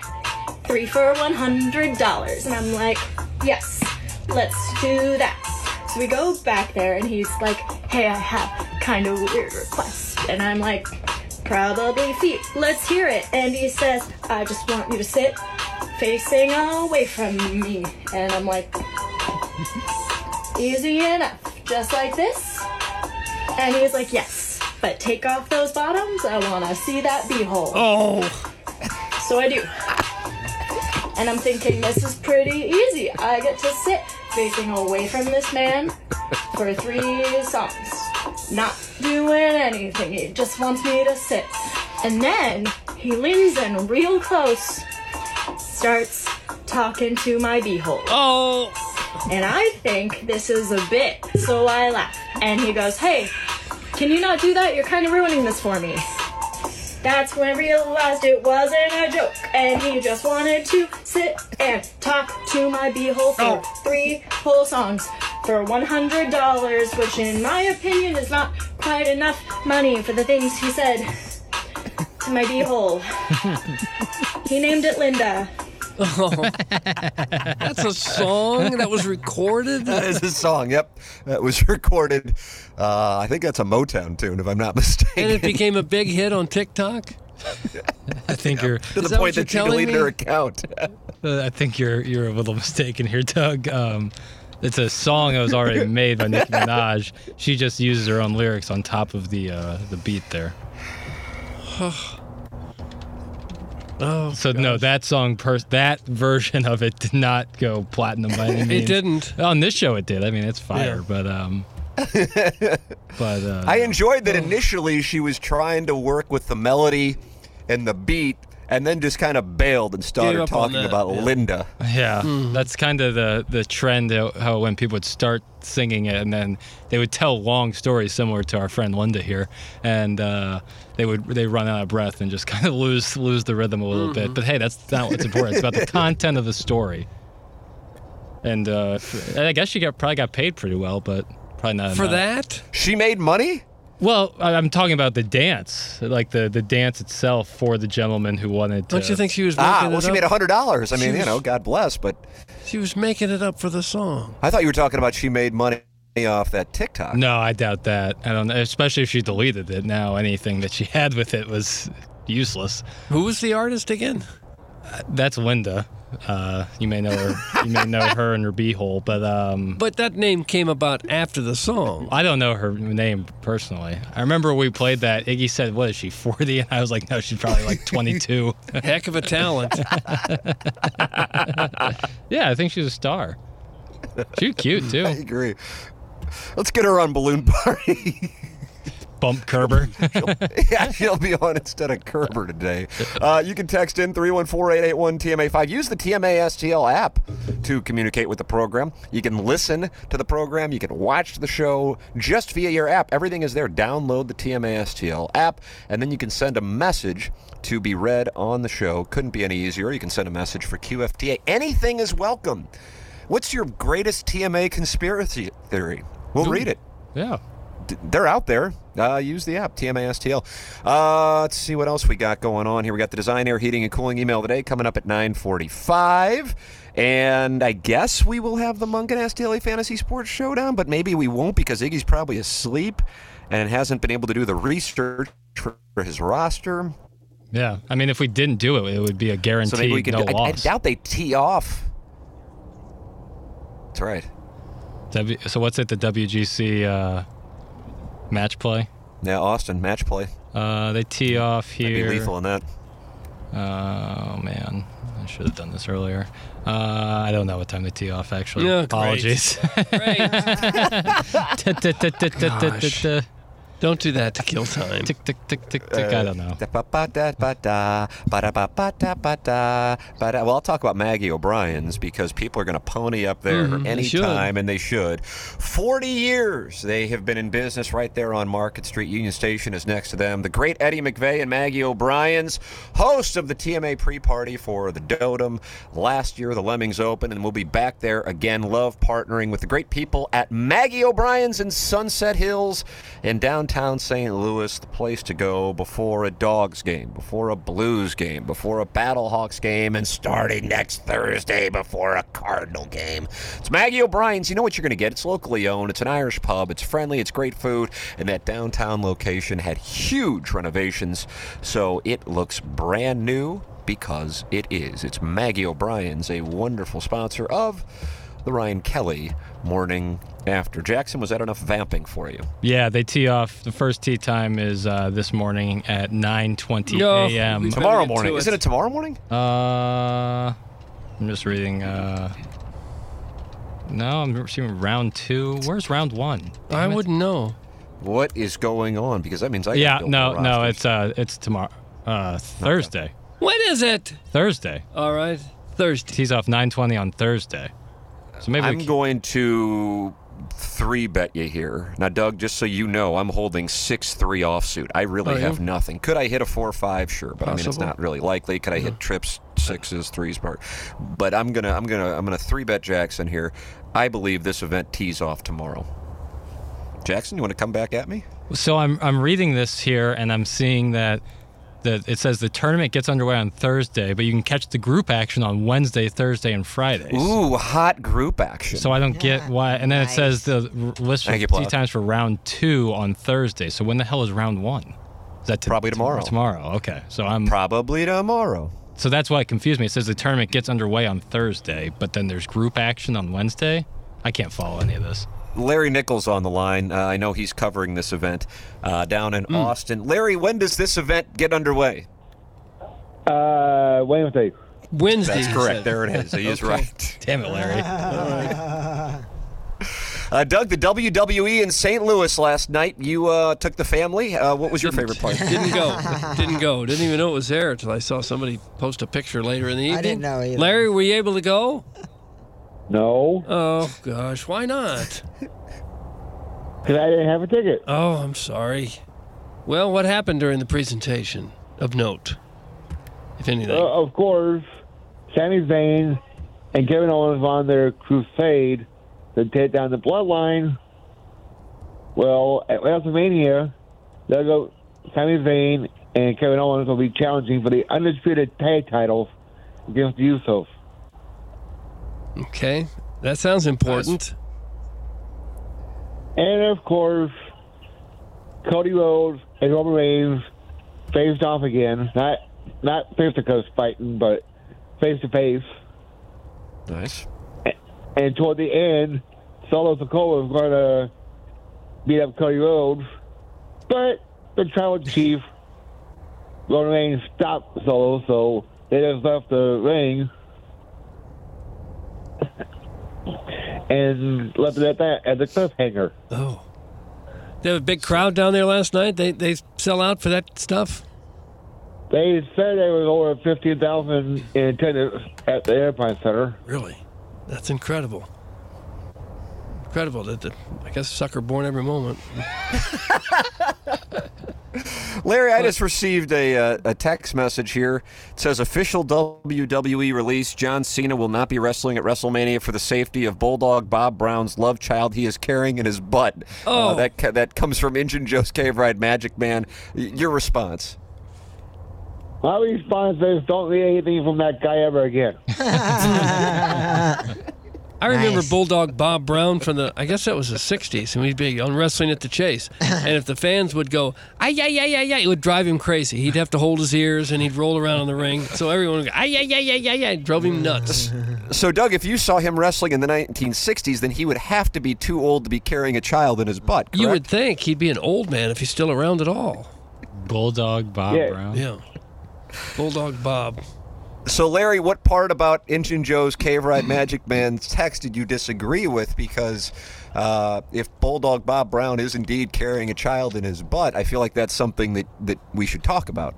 S9: three for $100. And I'm like, yes, let's do that. So we go back there, and he's like, hey, I have kind of weird request. And I'm like, probably feet. Let's hear it. And he says, I just want you to sit
S6: facing away from me. And I'm like, easy enough, just like this. And he's like, yes, but take off those bottoms. I want to see that beehole.
S4: Oh,
S6: So I do. And I'm thinking, this is pretty easy. I get to sit facing away from this man for three songs. Not doing anything. He just wants me to sit. And then he leans in real close, starts talking to my beehole.
S4: oh,
S6: And I think this is a bit. So I laugh. And he goes, Hey, can you not do that? You're kind of ruining this for me. That's when I realized it wasn't a joke. And he just wanted to sit and talk to my beehole for three whole songs for $100, which in my opinion is not quite enough money for the things he said to my [LAUGHS] beehole. he named it Linda.
S4: that's a song that was recorded.
S2: That is a song. Yep, that was [LAUGHS] recorded. Uh, I think that's a Motown tune, if I'm not
S4: And
S2: mistaken.
S4: it became a big hit on TikTok.
S5: I think you're.
S2: to the
S4: that
S2: point
S4: what you're
S2: that she
S4: telling
S2: deleted her
S4: me?
S2: account.
S5: Uh, I think you're you're a little [LAUGHS] mistaken here, Doug. Um, it's a song that
S4: [LAUGHS]
S5: was already made by Nicki Minaj. She just uses her own lyrics on top of the uh, the beat
S4: [SIGHS]
S5: there.
S4: Oh,
S5: So no, that song, per- that version of it, did not go platinum by any
S4: [LAUGHS]
S5: means.
S4: it didn't.
S5: On this show, it did. I mean, it's fire,
S4: Yeah. [LAUGHS]
S5: but um, but uh,
S2: I enjoyed
S4: Oh.
S2: that initially she was trying to work with the melody and the beat, and then just kind of bailed and
S4: Gave
S2: started
S4: up on
S2: talking
S4: that,
S2: about
S4: yeah.
S2: Linda.
S5: Yeah,
S4: Mm-hmm.
S5: that's kind of the the trend. How, how when people would start singing it, and then they would tell long stories similar to our friend Linda here, and uh, they would they run out of breath and just [LAUGHS] kind of lose lose the rhythm a little
S4: Mm-hmm.
S5: bit. But hey, that's not what's important. it's about the content of the story. And, uh, f- and I guess she got probably got paid pretty well, but probably not
S4: for
S5: enough.
S4: that.
S2: She made money.
S5: Well, I- I'm talking about the dance, like the the dance itself for the gentleman who wanted. To,
S4: Don't you think she was making
S2: Ah, well,
S4: it
S2: she
S4: up?
S2: made hundred dollars. I mean, you
S4: She's-
S2: know, God bless. But
S4: she was making it up for the song.
S2: I thought you were talking about she made money off that TikTok.
S5: No, I doubt that. I don't know, especially if she deleted it. Now anything that she [LAUGHS] had with it was useless.
S4: Who was the artist again?
S5: That's Linda. Uh, you may know her. You may know her and her beehole, but um,
S4: But that name came about after the song.
S5: I don't know her name personally. I remember we played that. Iggy said, "What is she 40?" And I was like, "No, she's probably [LAUGHS] like 22."
S4: Heck of a talent.
S5: [LAUGHS] yeah, I think she's a star. She's cute
S2: I
S5: too.
S2: agree. Let's get her on Balloon Party.
S5: Bump Kerber.
S2: [LAUGHS] yeah, she'll be on instead of Kerber today. Uh, you can text in 314-881-TMA5. Use the TMA STL app to communicate with the program. You can listen to the program. You can watch the show just via your app. Everything is there. Download the TMA STL app, and then you can send a message to be read on the show. Couldn't be any easier. You can send a message for QFTA. Anything is welcome. What's your greatest TMA conspiracy theory? We'll read it
S5: [LAUGHS] yeah.
S2: d- they're out there. Uh, use the app, TMASTL. Uh, let's see what else we got going on here. We got the design, air, heating, and cooling email today coming up at 945. And I guess we will have the Monk and STLA Fantasy Sports Showdown, but maybe we won't because Iggy's probably asleep and hasn't been able to do the research for his roster.
S5: Yeah. I mean, if we didn't do it, it would be a guaranteed
S2: So maybe we can
S5: no
S2: do, I, I
S5: loss.
S2: doubt they tee off. That's right.
S5: W- so what's it? The WGC uh, match play.
S2: Yeah, Austin, match play.
S5: Uh, they tee off
S2: Might be
S5: here.
S2: lethal in that.
S5: Oh man, I should have done this earlier. Uh, I don't know what time they tee off actually.
S4: Oh, great. [LAUGHS]
S5: Apologies. [LAUGHS]
S4: Great.
S5: Tick tick tick tick tick tick tick
S10: Gosh.
S5: tick
S4: Don't do that to kill time.
S5: tick tick tick tick. I don't know.
S2: Da ba ba da ba da, ba da ba ba da ba da, ba da. Well, I'll talk about Maggie O'Brien's because people are going to pony up there
S4: should.
S2: anytime, and they should. 40 years they have been in business right there on Market Street. Union Station is next to them. The great Eddie McVeigh and Maggie O'Brien's, hosts of the TMA pre party for the Dotem. Last year, the Lemmings Open, and we'll be back there again. Love partnering with the great people at Maggie O'Brien's in Sunset Hills in downtown St. Louis. The place to go before a Dogs game, before a Blues game, before a Battle Hawks game, and starting next Thursday before a Cardinal game. It's Maggie O'Brien's. You know what you're going to get. It's locally owned. It's an Irish pub. It's friendly. It's great food. And that downtown location had huge renovations, so it looks brand new. because it is. It's Maggie O'Brien's, a wonderful sponsor of the Ryan Kelly Morning After. Jackson, was that enough vamping for you?
S5: Yeah, they tee off. The first tee time is uh, this morning at 9:20
S4: No.
S5: a.m.
S4: Better
S2: Tomorrow
S4: get to
S2: morning.
S4: it.
S2: Isn't it tomorrow morning?
S5: Uh, I'm just reading. Uh, no, I'm seeing round two. Where's round one?
S4: I wouldn't know.
S2: What is going on? Because that means I gotta
S5: Yeah,
S2: build
S5: no,
S2: my
S5: no,
S2: roster.
S5: it's uh, it's tomorrow, uh, Thursday.
S4: When is it?
S5: Thursday.
S4: All right, Thursday.
S5: Tees off 9:20 on Thursday. So maybe we
S2: I'm
S5: c-
S2: going to three bet you here. Now, Doug, just so you know, I'm holding six three offsuit. I really
S4: Oh, yeah?
S2: have nothing. Could I hit a four five? Sure, but I mean it's
S4: Possible.
S2: not really likely. Could I hit trips, sixes, threes, part? But I'm gonna I'm gonna I'm gonna three bet Jackson here. I believe this event tees off tomorrow. Jackson, you want to come back at me?
S5: So I'm I'm reading this here and I'm seeing that that it says the tournament gets underway on Thursday, but you can catch the group action on Wednesday, Thursday, and Fridays.
S2: Ooh, hot group action.
S5: So I don't get why. And then it says the r- list of
S2: Thank you,
S5: tee
S2: Plath.
S5: times for round two on Thursday. So when the hell is round one? Is that to-
S2: Probably tomorrow.
S5: Tomorrow. Okay. So I'm.
S2: Probably tomorrow.
S5: so that's why it confused me. It says the tournament gets underway on Thursday, but then there's group action on Wednesday. I can't follow any of this.
S2: Larry Nichols on the line. Uh, I know he's covering this event uh, down in Austin. Larry, when does this event get underway?
S6: Uh, Wednesday.
S4: Wednesday.
S2: That's
S4: he
S2: correct.
S4: said.
S2: There it is. He [LAUGHS] is right.
S5: Damn it, Larry.
S2: Uh, Doug, the WWE in St. Louis last night. You uh, took the family. Uh, what was your favorite part?
S4: Didn't
S11: [LAUGHS]
S4: go. Didn't go. Didn't even know it was there until I saw somebody post a picture later in the evening.
S11: I didn't know either.
S4: Larry, were you able to go?
S6: No,
S4: Oh gosh, why not?
S6: because I didn't have a ticket.
S4: Oh, I'm sorry. Well, what happened during the presentation of note, if anything?
S6: Uh, of course, Sami Zayn and Kevin Owens on their crusade to take down the bloodline. Well, at WrestleMania, they'll go Sami Zayn and Kevin Owens will be challenging for the undisputed tag titles against the Usos.
S4: okay, that sounds important.
S6: And of course, Cody Rhodes and Roman Reigns faced off again. Not not face to face fighting, but face to face.
S2: [LAUGHS] Nice.
S6: And toward the end, Solo Sokoa was going to beat up Cody Rhodes, but the tribal chief Roman Reigns stopped Solo, so they just left the ring and left it at that as a cliffhanger.
S4: Oh, they have a big crowd down there last night. They they sell out for that stuff.
S6: They said there was over 15,000 in attendance at the Enterprise Center.
S4: Really, that's incredible. Incredible that the I guess sucker born every moment.
S2: Larry, I just received a, uh, a text message here. It says official WWE release: John Cena will not be wrestling at WrestleMania for the safety of Bulldog Bob Brown's love child he is carrying in his butt.
S4: Oh.
S2: uh, that ca- that comes from Injun Joe's Cave Ride Magic Man. Y- Your response?
S6: My response is don't read anything from that guy ever again.
S4: I remember
S11: Nice.
S4: Bulldog Bob Brown from the, I guess that was the 60s, and we'd be on Wrestling at the Chase. And if the fans would go, ay, ay, ay, ay, ay, it would drive him crazy. He'd have to hold his ears and he'd roll around on the ring. So everyone would go, ay, ay, ay, ay, ay, ay. It drove him nuts.
S2: So, Doug, if you saw him wrestling in the 1960s, then he would have to be too old to be carrying a child in his butt.
S4: You
S2: correct?
S4: would think he'd be an old man if he's still around at all.
S5: [LAUGHS] Bulldog Bob
S6: Yeah.
S5: Brown.
S4: Yeah. Bulldog Bob.
S2: So, Larry, what part about Injun Joe's Cave Ride Magic Man's text did you disagree with? Because uh, if Bulldog Bob Brown is indeed carrying a child in his butt, I feel like that's something that, that we should talk about.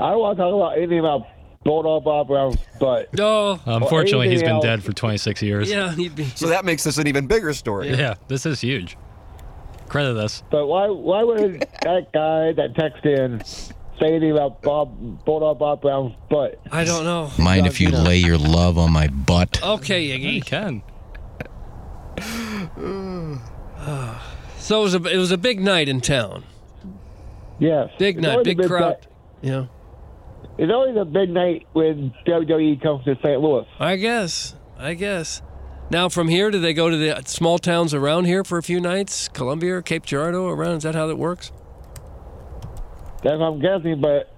S6: I don't want to talk about anything about Bulldog Bob Brown, but
S4: Oh,
S5: Uh, Unfortunately, he's been
S6: anything
S5: dead
S6: else.
S5: for 26 years.
S4: yeah. He'd be,
S2: So that makes this an even bigger story.
S5: Yeah, this is huge. Credit us.
S6: but why why would that guy that texted in say anything about Bob Bulldog Bob Brown's butt?
S4: I don't know.
S12: Mind if you lay your love on my butt?
S4: Okay, Iggy.
S5: You can.
S4: So it was, a, it was a big night in town.
S6: Yes.
S4: Big
S6: It's always
S4: night,
S6: a
S4: big crowd.
S6: night-
S4: Yeah.
S6: It's always a big night when
S13: E
S6: WWE comes to St. Louis.
S4: I guess. I guess. Now, from here, do they go to the small towns around here for a few nights? Columbia or Cape Girardeau around? Is that how that works?
S6: That's what I'm guessing, but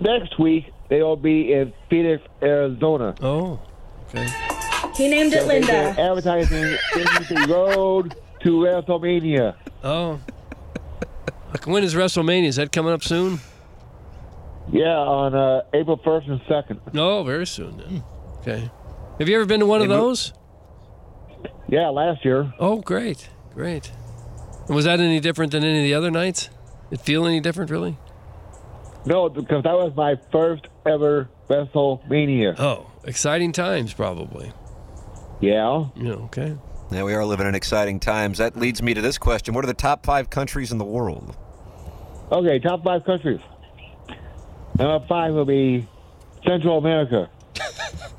S6: next week
S13: They will be in Phoenix, Arizona.
S4: Oh, okay.
S9: He named it Linda.
S13: Advertising is the road to WrestleMania.
S4: Oh. Like, When is WrestleMania? Is that coming up soon?
S13: Yeah, on uh, April 1st and 2nd.
S4: Oh, very soon then.
S6: Hmm.
S4: Okay. Have you ever been to one of those?
S13: Yeah, last year.
S4: Oh, great. Great. And was that any different than any of the other nights? It feel any different, really?
S13: No, because that was my first ever WrestleMania.
S4: Oh, exciting times, probably.
S13: Yeah.
S4: Yeah, okay.
S2: Yeah, we are living in exciting times. That leads me to this question: What are the top five countries in the world?
S13: Okay, top five countries. Number five will be Central America.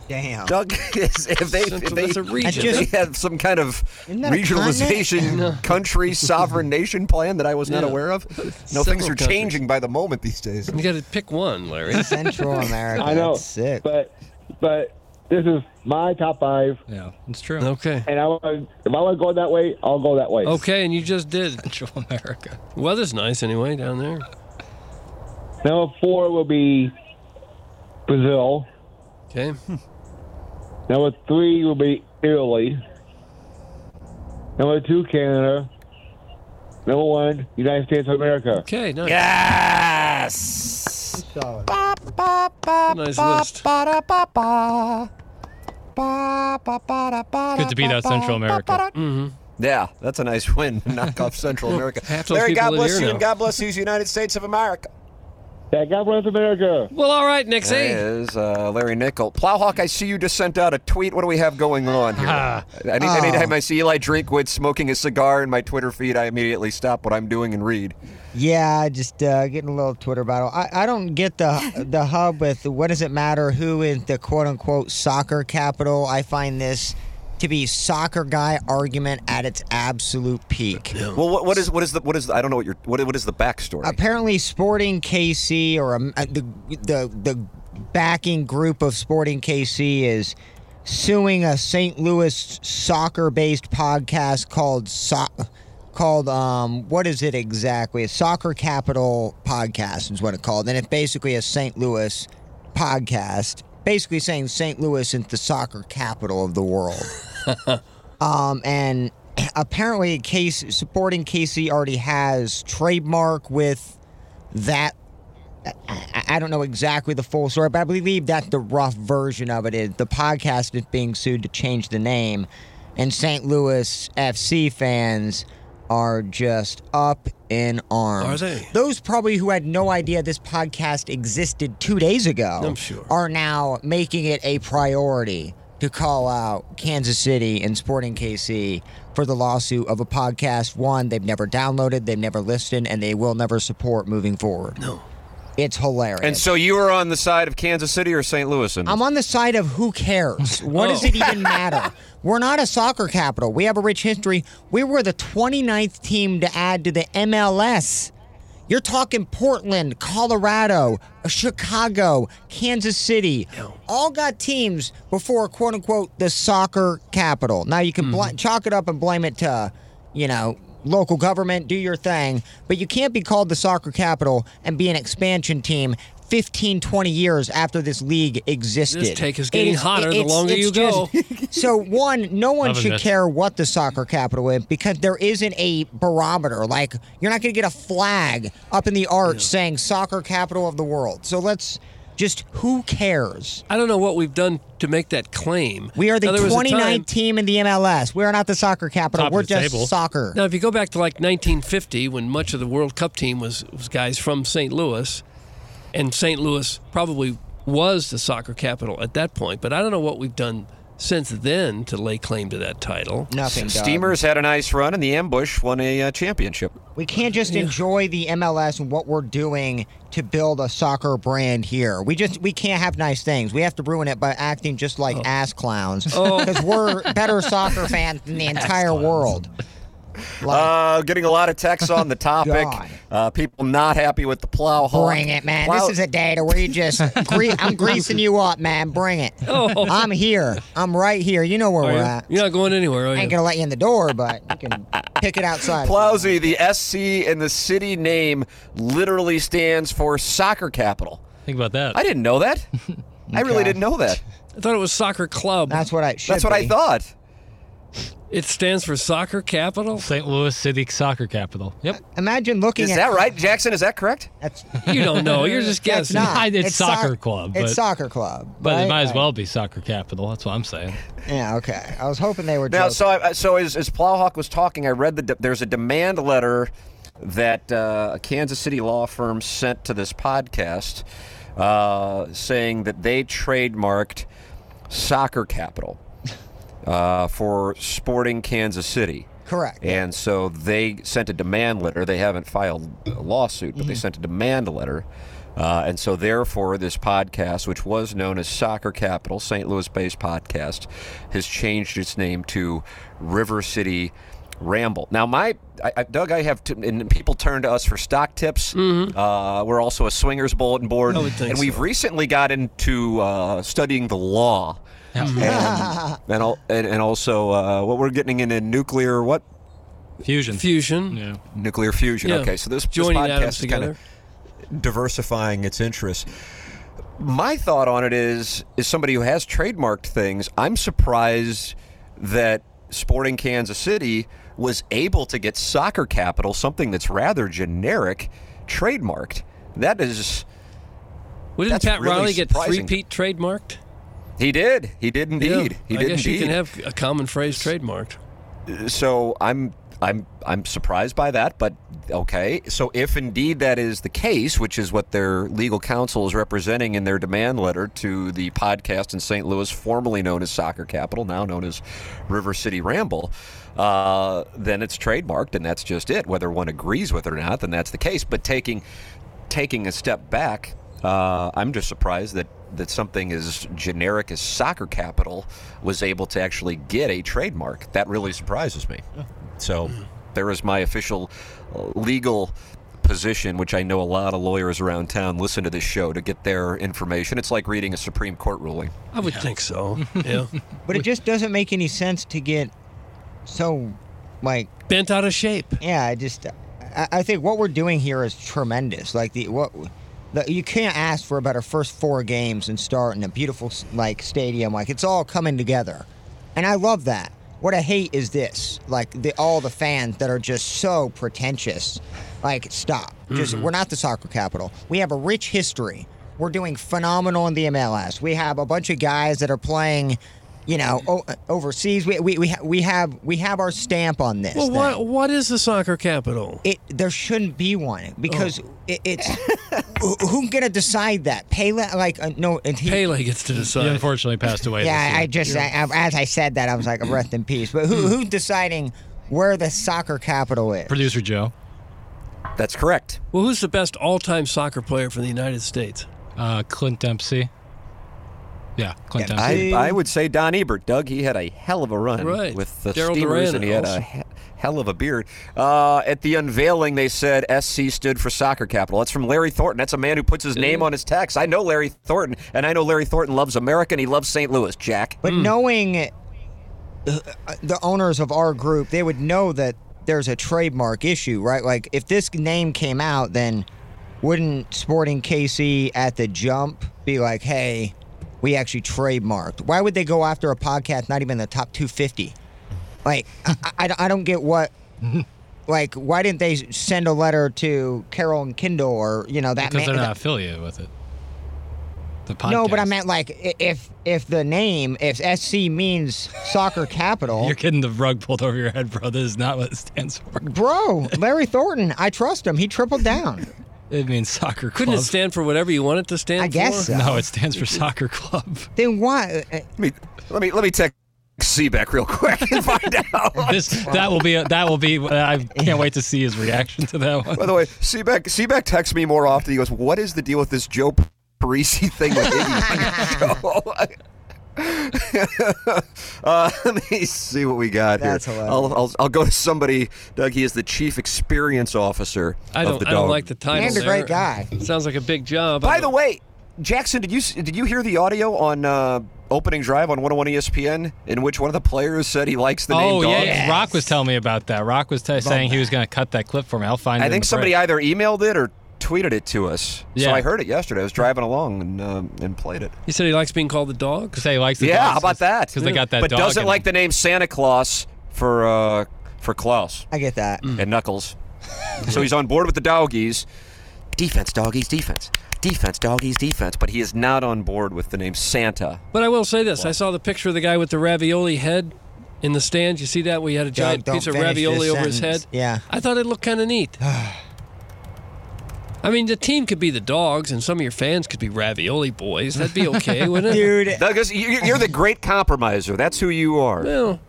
S6: Damn.
S2: Doug, [LAUGHS] is- if they, if
S4: Central-
S2: they,
S4: that's a region.
S2: if they had some kind of
S6: Isn't that a
S2: regionalization country sovereign nation plan that I was not
S4: Yeah.
S2: aware of. No,
S4: Several
S2: things are
S4: countries.
S2: changing by the moment these days.
S4: You got to pick
S2: [LAUGHS]
S4: one, Larry.
S6: Central America.
S13: [LAUGHS] I know.
S6: That's sick.
S13: But but this is my top five,
S5: Yeah, it's true.
S4: okay.
S13: and I want if I want to go that way, I'll go that way.
S4: Okay, and you just did.
S5: Central America.
S4: Weather's nice anyway down there.
S13: Number four will be Brazil.
S4: Okay.
S13: Number three will be Italy. Number two, Canada. Number one, United States of America.
S4: Okay, nice. Yes! nice list.
S5: It's good to beat out Central America.
S2: Yeah, that's a nice win. [LAUGHS] Knock off Central America.
S4: half those
S2: Larry,
S4: people
S2: God
S4: live
S2: bless
S4: here
S2: you,
S4: now.
S2: and God bless these United States of America.
S13: That God bless America.
S4: Well, all right, Nick
S2: There he
S4: Z.
S2: is uh, Larry Nickel. Plowhawk, I see you just sent out a tweet. What do we have going on here? I need, anytime I see Eli Drinkwood smoking a cigar in my Twitter feed, I immediately stop what I'm doing and read.
S6: Yeah, just uh, getting a little Twitter battle. I, I don't get the the hub with what does it matter who is the quote unquote soccer capital. I find this to be soccer guy argument at its absolute peak.
S2: Well, what, what is what is the what is the, I don't know what your what, what is the backstory?
S6: Apparently, Sporting KC or um, uh, the the the backing group of Sporting KC is suing a St. Louis soccer-based podcast called so- called um what is it exactly? A Soccer Capital podcast is what it's called, and it's basically a St. Louis podcast, basically saying St. Louis is the soccer capital of the world. Um, and apparently, case supporting Casey already has trademark with that. I, I don't know exactly the full story, but I believe that the rough version of it is the podcast is being sued to change the name, and St. Louis FC fans are just up in arms.
S4: Are they?
S6: Those probably who had no idea this podcast existed two days ago
S4: I'm sure.
S6: are now making it a priority to call out Kansas City and Sporting KC for the lawsuit of a podcast one they've never downloaded, they've never listened, and they will never support moving forward. No. It's hilarious.
S2: and so you are on the side of Kansas City or St. Louis? And
S6: I'm on the side of who cares? What does
S4: Oh.
S6: it even matter? We're not a soccer capital. We have a rich history. We were the 29th team to add to the MLS. You're talking Portland, Colorado, Chicago, Kansas City. All got teams before quote unquote the soccer capital. Now you can
S4: Mm-hmm.
S6: bl- chalk it up and blame it to, you know, local government, do your thing, but you can't be called the soccer capital and be an expansion team 15, 20 years after this league existed.
S4: This take is getting hotter the
S6: it's-
S4: longer
S6: it's
S4: you go.
S6: so one, no one
S5: Loving
S6: should
S5: this.
S6: care what the soccer capital is because there isn't a barometer. Like you're not going to get a flag up in the arch saying soccer capital of the world. So let's just who cares?
S4: I don't know what we've done to make that claim.
S6: We are the
S4: Now, there was a time-
S6: 29th team in the MLS. We are not the soccer capital.
S5: Top of
S6: We're
S5: the
S6: just
S5: table.
S6: soccer.
S4: Now, if you go back to like 1950, when much of the World Cup team was, was guys from St. Louis, and St. Louis probably was the soccer capital at that point, but I don't know what we've done since then to lay claim to that title.
S6: Nothing. Doug.
S2: Steamers had a nice run, and the Ambush won a uh, championship.
S6: We can't just enjoy the MLS and what we're doing to build a soccer brand here. We just we can't have nice things. We have to ruin it by acting just like
S2: Oh.
S6: ass clowns because we're
S2: [LAUGHS]
S6: better soccer fans than the entire world. Like,
S2: Uh, getting a lot of texts on [LAUGHS] the topic.
S6: God.
S2: Uh, people not happy with the plow hawk.
S6: bring it, man.
S2: Plow-
S6: This is a day to where you just gre-
S2: [LAUGHS]
S6: I'm greasing you up, man. Bring it.
S4: Oh.
S6: I'm here. I'm right here. You know where
S4: Are
S6: we're
S4: you?
S6: at.
S4: You're not going anywhere, are
S6: I
S4: you?
S6: ain't gonna let you in the door, but you can pick it outside.
S2: Plowsy, the SC and the city name literally stands for soccer capital.
S5: Think about that.
S2: I didn't know [LAUGHS] that. I really
S6: Okay.
S2: didn't know that.
S4: I thought it was soccer club.
S6: That's what I. should
S2: That's what I
S6: be.
S2: thought.
S4: It stands for soccer capital.
S5: St. Louis City Soccer Capital. Yep.
S6: Imagine looking
S2: Is
S6: at
S2: that right, Jackson? Is that correct?
S6: That's,
S4: You don't know. You're just
S6: [LAUGHS] that's
S4: guessing.
S6: not.
S5: It's
S6: soc-
S5: soccer club,
S6: It's
S5: but-
S6: soccer club.
S5: But
S6: right?
S5: it might as well be Soccer Capital. That's what I'm saying.
S6: Yeah. Okay. I was hoping they were.
S2: Now,
S6: joking.
S2: so I, so as, as Plowhawk was talking, I read that there's a demand letter that uh, a Kansas City law firm sent to this podcast, uh, saying that they trademarked soccer capital uh, for sporting Kansas City.
S6: Correct.
S2: And so they sent a demand letter. They haven't filed a lawsuit, but they sent a demand letter. Uh, and so, therefore, this podcast, which was known as Soccer Capital, St. Louis based podcast, has changed its name to River City Ramble. Now, my I, I- Doug, I have, t- and people turn to us for stock tips. Uh, we're also a swingers bulletin board.
S4: I would think
S2: and we've
S4: so.
S2: recently got into uh, studying the law. and, and, al- and, and also, uh, what we're getting into nuclear, what?
S5: Fusion.
S4: Fusion.
S5: Yeah.
S2: nuclear fusion.
S4: Yeah.
S2: Okay, so this, this
S4: Joining
S2: podcast
S4: atoms
S2: is kind
S4: together.
S2: of diversifying its interests. My thought on it is, is somebody who has trademarked things. I'm surprised that Sporting Kansas City was able to get soccer capital, something that's rather generic, trademarked. That is,
S4: Wouldn't
S2: That's
S4: Pat
S2: really
S4: Riley get
S2: surprising.
S4: three-peat trademarked?
S2: he did, he did indeed,
S4: Yeah.
S2: he
S4: I
S2: did
S4: guess you
S2: indeed.
S4: can have a common phrase trademarked.
S2: so I'm I'm I'm surprised by that, but okay. So if indeed that is the case, which is what their legal counsel is representing in their demand letter to the podcast in St. Louis, formerly known as Soccer Capital, now known as River City Ramble, uh, then it's trademarked, and that's just it. Whether one agrees with it or not, then that's the case. But taking taking a step back, uh, I'm just surprised that, that something as generic as soccer capital was able to actually get a trademark. That really surprises me. So there is my official uh, legal position, which I know a lot of lawyers around town listen to this show to get their information. It's like reading a Supreme Court ruling.
S4: I would think so. Yeah.
S6: but it just doesn't make any sense to get so, like,
S4: Bent out of shape.
S6: yeah. I just, I, I think what we're doing here is tremendous. Like the what. The, you can't ask for a better first four games and start in a beautiful like stadium. Like it's all coming together, and I love that. What I hate is this, like the all the fans that are just so pretentious. Like stop. Just we're not the soccer capital. We have a rich history. We're doing phenomenal in the MLS. We have a bunch of guys that are playing, you know, o- overseas. We we we, ha- we have we have our stamp on this.
S4: Well,
S6: thing
S4: what what is the soccer capital?
S6: it there shouldn't be one because it, it's who, who's gonna decide that Pele like uh, no and he,
S4: Pele gets to
S5: He
S4: decide.
S5: unfortunately passed away.
S6: yeah
S5: this year.
S6: I just I, as I said that I was like a rest in peace but who who's deciding where the soccer capital is
S5: Producer Joe.
S2: That's correct.
S4: Well, who's the best all-time soccer player for the United States?
S5: Uh, Clint Dempsey. Yeah, Clint
S6: Yeah,
S5: Dempsey.
S2: I, I would say Don Ebert. Doug, he had a hell of a run
S4: Right.
S2: with the
S4: Daryl
S2: Steamers,
S4: Duran
S2: and he had
S4: also.
S2: a he- hell of a beard. Uh, at the unveiling, they said SC stood for Soccer Capital. That's from Larry Thornton. That's a man who puts his name on his text. I know Larry Thornton, and I know Larry Thornton loves America, and he loves St. Louis, Jack.
S5: Hmm.
S6: but knowing uh, the owners of our group they would know that there's a trademark issue right like if this name came out then wouldn't Sporting KC at the jump be like hey we actually trademarked why would they go after a podcast not even the top 250 like I, I, I don't
S5: [LAUGHS]
S6: get what like why didn't they send a letter to Carol and Kindle or you know that
S5: Because they're
S6: ma-
S5: not affiliated with it. The podcast.
S6: no but I meant like i- if if the name if SC means soccer capital
S5: You're getting the rug pulled over your head, bro. This is not what it stands for.
S6: [LAUGHS] Bro, Larry Thornton, I trust him. He tripled down.
S5: It means soccer club.
S4: Couldn't it stand for whatever you want it to stand
S6: I guess
S4: for?
S6: so.
S5: No, it stands for soccer club.
S6: Then why? uh,
S2: Let me let me let me text Seaback real quick [LAUGHS] and find out.
S5: This that will be that will be. I can't wait to see his reaction to that one.
S8: By the way, Seaback Seaback texts me more often. He goes, "What is the deal with this Joe Parisi thing with Iggy?" on your show?" [LAUGHS] uh, [LAUGHS] let me see what we got
S6: That's
S8: here.
S6: hilarious.
S8: I'll, I'll, I'll go to somebody. Doug, he is the chief experience officer
S4: I
S8: of
S4: don't.
S8: the
S4: I don't
S8: dog.
S4: like the title.
S6: Man's a
S4: there.
S6: great guy.
S4: Sounds like a big job.
S2: By the way, Jackson, did you did you hear the audio on uh, opening drive on 101
S8: E
S2: ESPN in which one of the players said he likes the name
S5: Oh
S2: Dog?
S5: yeah, Rock was telling me about that. Rock was t- saying he was going to cut that clip for me. I'll find.
S2: I
S5: it in
S2: think
S5: the
S2: somebody
S5: break.
S2: either emailed it or tweeted it to us. So
S4: Yeah.
S2: I heard it yesterday. I was driving along and um, and played it.
S4: He said he likes being called the dog.
S5: Because they likes the
S2: yeah,
S5: dogs.
S2: how about that?
S5: 'Cause they got that
S2: But
S5: dog
S2: doesn't
S5: in
S2: like the name Santa Claus for uh, for Klaus
S6: I get that.
S4: Mm.
S2: and
S5: [LAUGHS]
S2: Knuckles. so he's on board with the doggies. Defense, doggies, defense. Defense, doggies, defense. But he is not on board with the name Santa.
S4: But I will say this: I saw the picture of the guy with the ravioli head in the stand. You see that? We had a giant
S6: don't
S4: piece of
S6: finish
S4: ravioli
S6: this
S4: over his
S6: sentence.
S4: head.
S6: Yeah.
S4: I thought it looked kind of
S6: [SIGHS]
S4: neat. I mean, the team could be the dogs, and some of your fans could be ravioli boys. That'd be
S6: [LAUGHS]
S4: okay, wouldn't it?
S6: Dude,
S2: Douglas, you- you're the great compromiser. That's who you are.
S4: Well,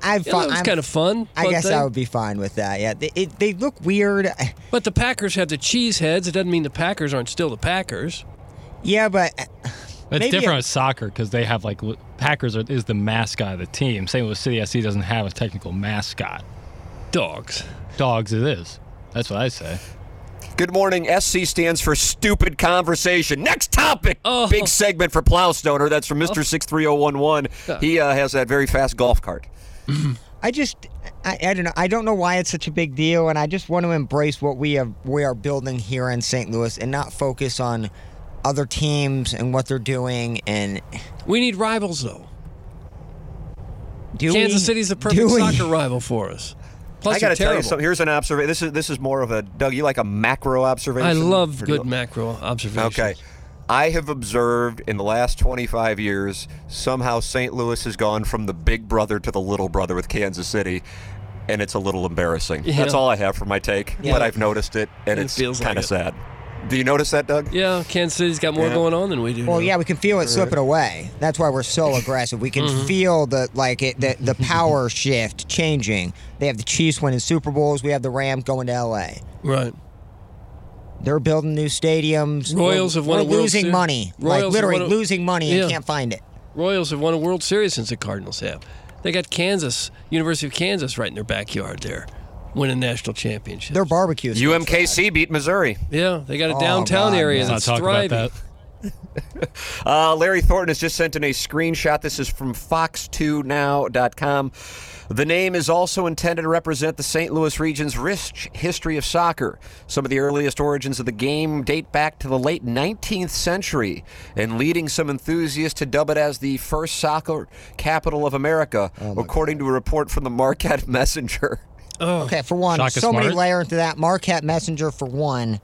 S6: I've
S4: yeah, that was
S6: I'm-
S4: kind of fun.
S6: I
S4: fun
S6: guess
S4: thing.
S6: I would be fine with that. Yeah, they, it, they look weird.
S4: But the Packers have the cheese heads. It doesn't mean the Packers aren't still the Packers.
S6: Yeah, but
S5: It's
S6: Maybe
S5: different
S6: a-
S5: with soccer because they have like li- Packers are, is the mascot of the team. St. Louis City SC doesn't have a technical mascot.
S4: Dogs.
S5: Dogs, it is. That's what I say.
S2: Good morning. SC stands for stupid conversation. Next topic.
S4: Oh.
S2: Big segment for Plowstoner. That's from Mr. 63011. He uh, has that very fast golf cart.
S6: I just I, I don't know. I don't know why it's such a big deal, and I just want to embrace what we have we are building here in St. Louis and not focus on other teams and what they're doing and
S4: We need rivals, though.
S6: do
S4: Kansas
S6: we-
S4: City's the perfect
S6: do we-
S4: soccer rival for us. Plus,
S2: I got to
S4: they're
S2: tell you
S4: terrible.
S2: something. Here's an observation. This is this is more of a Doug. You like a macro observation?
S4: I love
S2: Or do you-
S4: good macro observations.
S2: Okay. I have observed in the last 25 years somehow St. Louis has gone from the big brother to the little brother with Kansas City, and it's a little embarrassing. That's all I have for my take, but I've noticed it, and
S4: It
S2: it's
S4: feels
S2: kind of
S4: like it.
S2: sad. Do you notice that, Doug?
S4: Yeah, Kansas City's got more going on than we do.
S6: Well,
S4: now.
S6: yeah, we can feel it slipping away. That's why we're so
S4: Mm-hmm.
S6: aggressive. We can feel the like it the, the power shift changing. They have the Chiefs winning Super Bowls. We have the Rams going to L.A.
S4: Right.
S6: They're building new stadiums.
S4: Royals
S6: we're,
S4: have won
S6: we're
S4: a World
S6: losing
S4: Series.
S6: money,
S4: Royals have
S6: like literally
S4: won a-
S6: losing money
S4: Yeah.
S6: and can't find it.
S4: Royals have won a World Series since the Cardinals have. They got Kansas, University of Kansas, right in their backyard there, winning national championship.
S6: Their barbecue. is-
S2: UMKC beat Missouri.
S4: yeah, they got a downtown
S6: Oh, God,
S4: area
S6: man.
S5: Let's
S4: that's
S5: not talk
S4: thriving.
S5: about that.
S2: Uh, Larry Thornton has just sent in a screenshot. This is from fox2now.com. The name is also intended to represent the St. Louis region's rich history of soccer. Some of the earliest origins of the game date back to the late 19th century and leading some enthusiasts to dub it as the first soccer capital of America,
S4: Oh,
S2: according to a report from the Marquette [LAUGHS] Messenger.
S6: Okay, for one,
S5: Shaka
S6: so many
S5: Smart.
S6: layers to that. Marquette Messenger for one.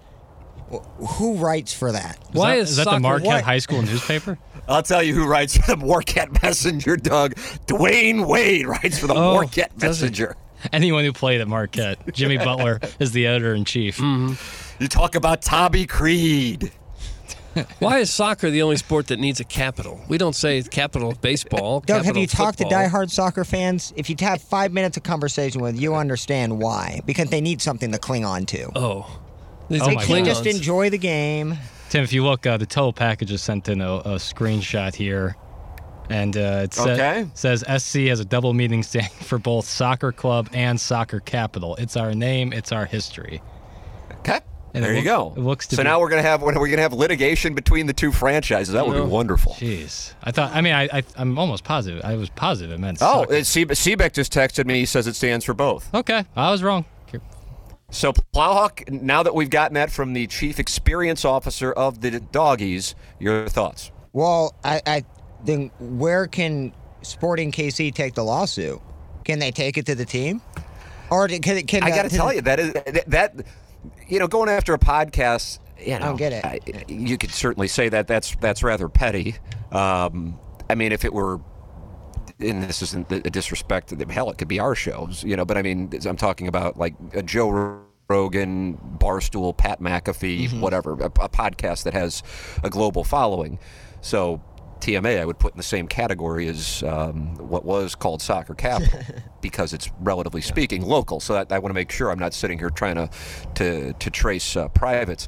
S6: Wh- Who writes for that?
S4: Why
S5: that,
S4: is,
S5: that
S4: soccer-
S5: the Marquette
S4: what-
S5: High
S2: [LAUGHS]
S5: School newspaper?
S2: I'll tell you who writes for the Marquette Messenger, Doug. Dwayne Wade writes for the
S4: Oh,
S2: Marquette
S4: does he?
S2: Messenger.
S5: Anyone who played at Marquette,
S2: [LAUGHS]
S5: Jimmy Butler is the editor in chief.
S2: Mm-hmm. You talk about Tommy Creed.
S4: [LAUGHS] Why is soccer the only sport that needs a capital? We don't say capital of baseball.
S6: [LAUGHS] Doug, have
S4: capital
S6: you
S4: of
S6: talked to
S4: football.
S6: diehard soccer fans? If you have five minutes of conversation with, you understand why. Because they need something to cling on to.
S4: Oh, they
S5: Oh
S4: say
S5: my
S6: They
S5: God.
S6: just
S4: Klingons.
S6: enjoy the game.
S5: Tim, if you look, uh, the total package has sent in a, a screenshot here, and uh, it sa-
S2: Okay.
S5: says SC has a double meaning standing for both soccer club and soccer capital. It's our name, it's our history.
S2: Okay.
S5: And
S2: there
S5: it
S2: you go.
S5: look- it looks to
S2: so
S5: be-
S2: now we're gonna have we're gonna have litigation between the two franchises. That
S5: Oh,
S2: would be wonderful.
S5: Jeez, I thought. I mean, I, I I'm almost positive. I was positive it meant.
S2: Oh,
S5: soccer.
S2: it's Se- Seebeck just texted me. He says it stands for both.
S5: okay. I was wrong.
S2: So Plowhawk, now that we've gotten that from the chief experience officer of the doggies, your thoughts?
S6: Well, I, I then where can Sporting KC take the lawsuit? Can they take it to the team? Or do- can, can
S2: I
S5: uh,
S6: the-
S2: got to tell you that is that, that you know going after a podcast. You know,
S6: don't get it.
S2: I, you could certainly say that that's that's rather petty. Um, I mean, if it were, and this isn't a disrespect to them. Hell, it could be our shows. You know, but I mean, I'm talking about like a Joe Rogan, Barstool, Pat McAfee, whatever, a, a podcast that has a global following. So. TMA, I would put in the same category as um, what was called Soccer Capital because it's relatively speaking local. So that, I want to make sure I'm not sitting here trying to to, to trace uh, privates.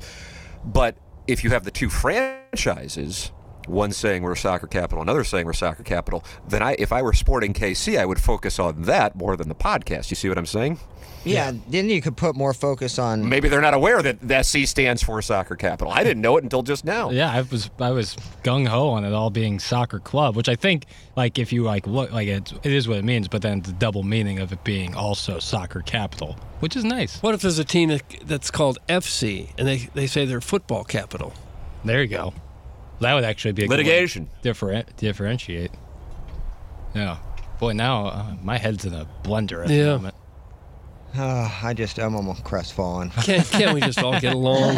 S2: But if you have the two franchises, one saying we're soccer capital, another saying we're soccer capital, then I, if I were sporting KC, I would focus on that more than the podcast. You see what I'm saying?
S6: Yeah, then you could put more focus on.
S2: Maybe they're not aware that the SC stands for soccer capital. I didn't know it until just now.
S5: Yeah, I was I was gung ho on it all being soccer club, which I think like if you like look like it, it is what it means, but then the double meaning of it being also soccer capital, which is nice.
S4: What if there's a team that, that's called FC and they, they say they're football capital?
S5: There you go. That would actually be a good way to
S2: Litigation.
S5: differen- differentiate. Yeah, boy, now uh, my head's in a blender at
S4: Yeah.
S5: the moment.
S6: Ah, [SIGHS] I just I'm almost crestfallen.
S4: Can't, can't we just all get
S6: [LAUGHS]
S4: along?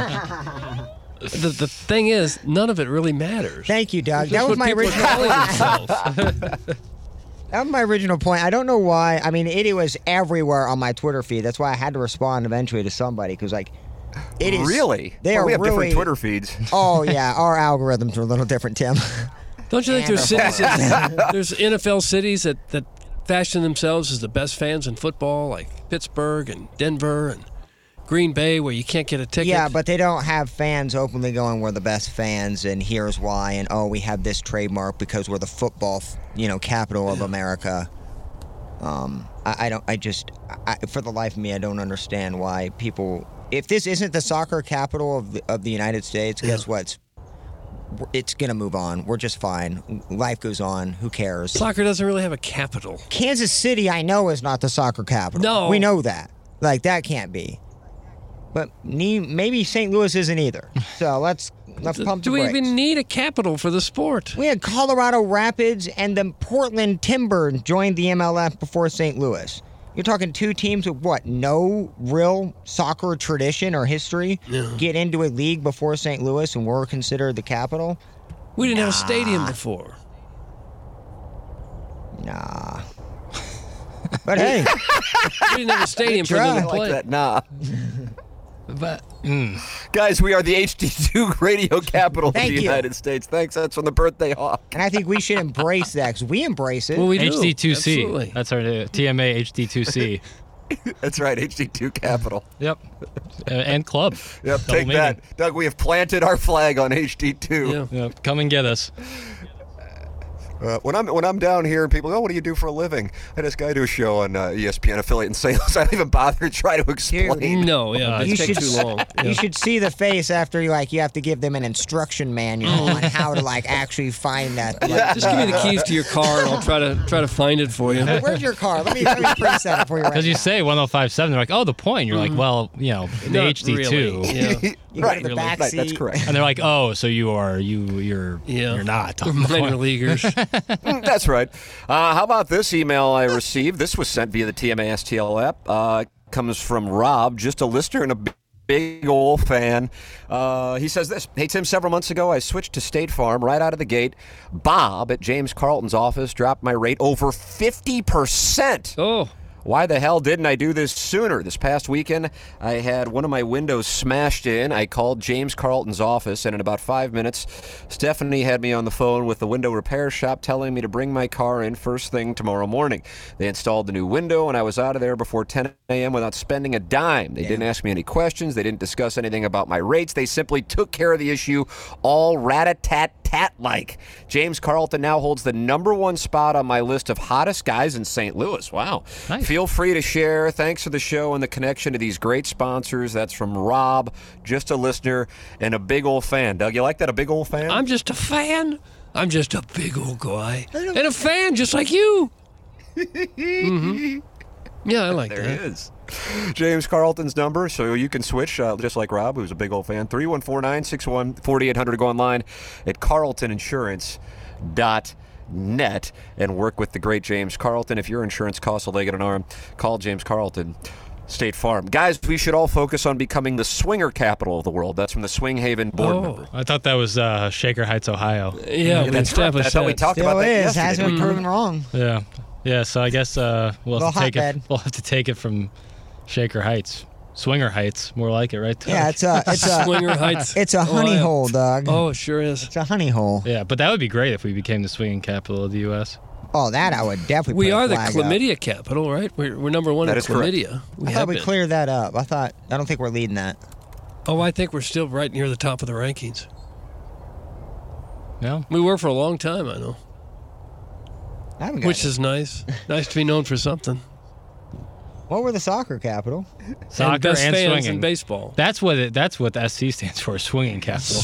S4: The, the thing is, none of it really matters.
S6: Thank you, Doug.
S4: That's
S6: Uh,
S4: what
S6: That was my
S4: people are
S6: original.
S4: calling themselves.
S6: That was my original point. I don't know why. I mean, it was everywhere on my Twitter feed. That's why I had to respond eventually to somebody because like, it is
S2: really?
S6: They
S2: Well,
S6: are
S2: we have
S6: really,
S2: different Twitter feeds.
S6: [LAUGHS]
S2: [LAUGHS]
S6: Oh yeah, our algorithms are a little different, Tim.
S4: [LAUGHS]
S6: [LAUGHS]
S4: Don't you think there's cities, that, there's NFL cities that, that fashion themselves as the best fans in football, like Pittsburgh and Denver and Green Bay, where you can't get a ticket.
S6: yeah, but they don't have fans openly going, "We're the best fans, and here's why," and "Oh, we have this trademark because we're the football, f- you know, capital of America." Um, I, I don't. I just, I, for the life of me, I don't understand why people. If this isn't the soccer capital of the, of the United States, guess what? It's, it's gonna move on. We're just fine. Life goes on. Who cares?
S4: soccer doesn't really have a capital.
S6: Kansas City, I know, is not the soccer capital.
S4: No.
S6: We know that. Like, that can't be. But ne- maybe St. Louis isn't either. So let's let's pump
S4: Do
S6: the
S4: we
S6: brakes.
S4: even need a capital for the sport?
S6: we had Colorado Rapids and then Portland Timber joined the MLS before St. Louis. You're talking two teams with what? No real soccer tradition or history get into a league before St. Louis and were considered the capital?
S4: We didn't have a stadium before.
S6: Nah. [LAUGHS] But hey,
S4: We didn't have a stadium for them
S6: [LAUGHS]
S4: to
S6: try. I
S2: Like
S4: play.
S2: that, nah.
S4: But
S2: Guys, we are the HD2 [LAUGHS] radio capital of the
S6: Thank you.
S2: United States. Thanks. That's from the birthday hawk.
S6: and I think we should embrace that because we embrace it.
S4: well, we do. Absolutely.
S5: HD2C. That's our uh, new-
S4: [LAUGHS]
S5: TMA HD2C.
S2: That's right, HD2 capital.
S5: yep, Uh, and club.
S2: Yep,
S5: Double
S2: take
S5: meaning.
S2: that. Doug, we have planted our flag on HD2.
S4: Yeah.
S5: Yep, come and get us.
S2: Uh, when I'm when I'm down here and people go, oh, what do you do for a living? I just got to do a show on uh, ESPN affiliate in St. Louis. [LAUGHS] I don't even bother to try to explain.
S4: No, yeah,
S5: Uh,
S4: it
S6: you
S4: takes
S6: should
S4: too
S6: s- [LAUGHS]
S4: long.
S6: You should see the face after you like you have to give them an instruction manual on how to like actually find that. like,
S4: Just give me the keys to your car, and I'll try to try to find it [LAUGHS] for you.
S6: Where's your car? Let me, let me print that up for you right
S5: Because you
S6: now.
S5: say 1057, they're like, oh, the point. You're like, well, you know, the
S4: Not
S5: HD2.
S4: really. [LAUGHS] Yeah.
S6: You go to the back
S2: right, that's
S6: seat.
S2: correct.
S5: And they're like, oh, so you are, you, you're,
S4: Yeah. Mm-hmm.
S5: you're not.
S4: We're minor [LAUGHS] leaguers.
S2: [LAUGHS] that's right. Uh, how about this email I received? This was sent via the TMASTL app. Uh, comes from Rob, just a listener and a b- big old fan. Uh, he says this Hey, Tim, several months ago, I switched to State Farm right out of the gate. Bob at James Carlton's office dropped my rate over 50%.
S4: Oh,
S2: Why the hell didn't I do this sooner? This past weekend, I had one of my windows smashed in. I called James Carlton's office, and in about five minutes, Stephanie had me on the phone with the window repair shop telling me to bring my car in first thing tomorrow morning. They installed the new window, and I was out of there before 10 a.m. without spending a dime. They didn't ask me any questions, they didn't discuss anything about my rates. They simply took care of the issue all rat a tat tat like. James Carlton now holds the number one spot on my list of hottest guys in St. Louis. Wow. Feel free to share. Thanks for the show and the connection to these great sponsors. That's from Rob, just a listener and a big old fan. Doug, you like that? A big old fan?
S4: I'm just a fan. I'm just a big old guy and a fan, just like you. Mhm. Yeah, I like
S2: there
S4: that.
S2: he is. James Carlton's number, so you can switch, uh, just like Rob, who's a big old fan. 314 961 4800. Go online at carltoninsurance.net and work with the great James Carlton. If your insurance costs a leg and an arm, call James Carlton. State Farm. Guys, we should all focus on becoming the swinger capital of the world. That's from the Swing Haven board
S4: Oh.
S2: member.
S5: I thought that was uh, Shaker Heights, Ohio.
S4: Yeah, we
S2: That's, right.
S4: established
S2: That's how we
S4: that.
S2: talked
S6: Still
S2: about that
S6: is.
S2: yesterday.
S6: Hasn't been proven wrong.
S5: Yeah. Yeah, so I guess uh, we'll, have to
S6: Little
S5: take it,
S6: hotbed.
S5: we'll have to take it from Shaker Heights. Swinger Heights, more like it, right? Doug?
S6: Yeah,
S4: [LAUGHS]
S6: it's a it's a
S4: Swinger Heights.
S6: it's a honey
S4: Ohio.
S6: hole, Doug.
S4: Oh, it sure is.
S6: It's a honey hole.
S5: yeah, but that would be great if we became the swinging capital of the U.S.
S6: Oh, that I would definitely.
S4: We
S6: put a
S4: are the
S6: flag up.
S4: chlamydia capital, right? We're, we're number one
S2: That
S4: in
S2: is correct.
S4: chlamydia. We
S6: I
S4: have
S6: thought we
S4: been.
S6: cleared that up. I thought I don't think we're leading that.
S4: Oh, I think we're still right near the top of the rankings.
S5: Yeah.
S4: We were for a long time, I know.
S6: I haven't got
S4: Which
S6: it.
S4: is
S6: [LAUGHS]
S4: nice. nice to be known for something.
S6: What were the
S2: [LAUGHS]
S6: soccer capital?
S5: Soccer
S4: best
S5: and
S4: fans in
S5: swinging.
S4: baseball.
S5: That's what it. That's what the SC stands for. Swinging capital.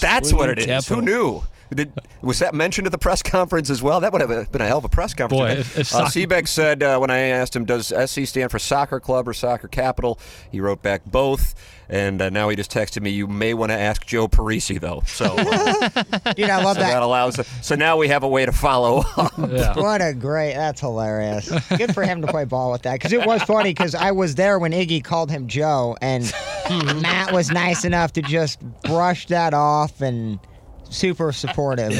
S2: That's
S4: Swinging
S2: what it is.
S4: capital.
S2: Who knew? Did, was that mentioned at the press conference as well? That would have uh, been a hell of a press conference.
S5: Boy,
S2: event.
S5: if- if
S2: uh,
S5: soccer-
S2: Seebeck said uh, when I asked him, "Does SC stand for soccer club or soccer capital?" He wrote back both, and uh, now he just texted me. You may want to ask Joe Parisi though. So uh,
S6: Dude, I love
S2: that
S6: that.
S2: allows. So now we have a way to follow up.
S5: yeah.
S6: [LAUGHS] What a great! That's hilarious. Good for him to play ball with that because it was funny because I was there when Iggy called him Joe,
S5: [LAUGHS]
S6: and Matt was nice enough to just brush that off and super supportive.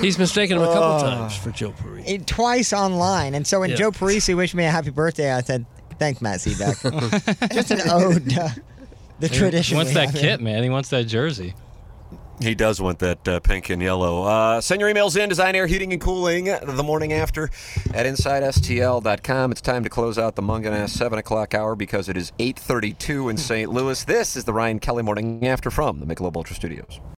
S4: He's mistaken him a couple times for Joe Parisi.
S6: it twice online. And so when
S4: Yeah.
S6: Joe Parisi wished me a happy birthday, I said, "Thanks, Matt
S5: [LAUGHS]
S6: Seebeck." Just an ode to the
S5: He
S6: tradition.
S5: wants
S6: we
S5: that
S6: have
S5: kit,
S6: here.
S5: man. He wants that jersey.
S2: He does want that uh, pink and yellow. Uh, send your emails in, Design Air Heating and Cooling, the morning after at InsideSTL.com. It's time to close out the Munganess 7 o'clock hour because it is 8.32 in St. Louis. This is the Ryan Kelly Morning After from the Michelob Ultra Studios.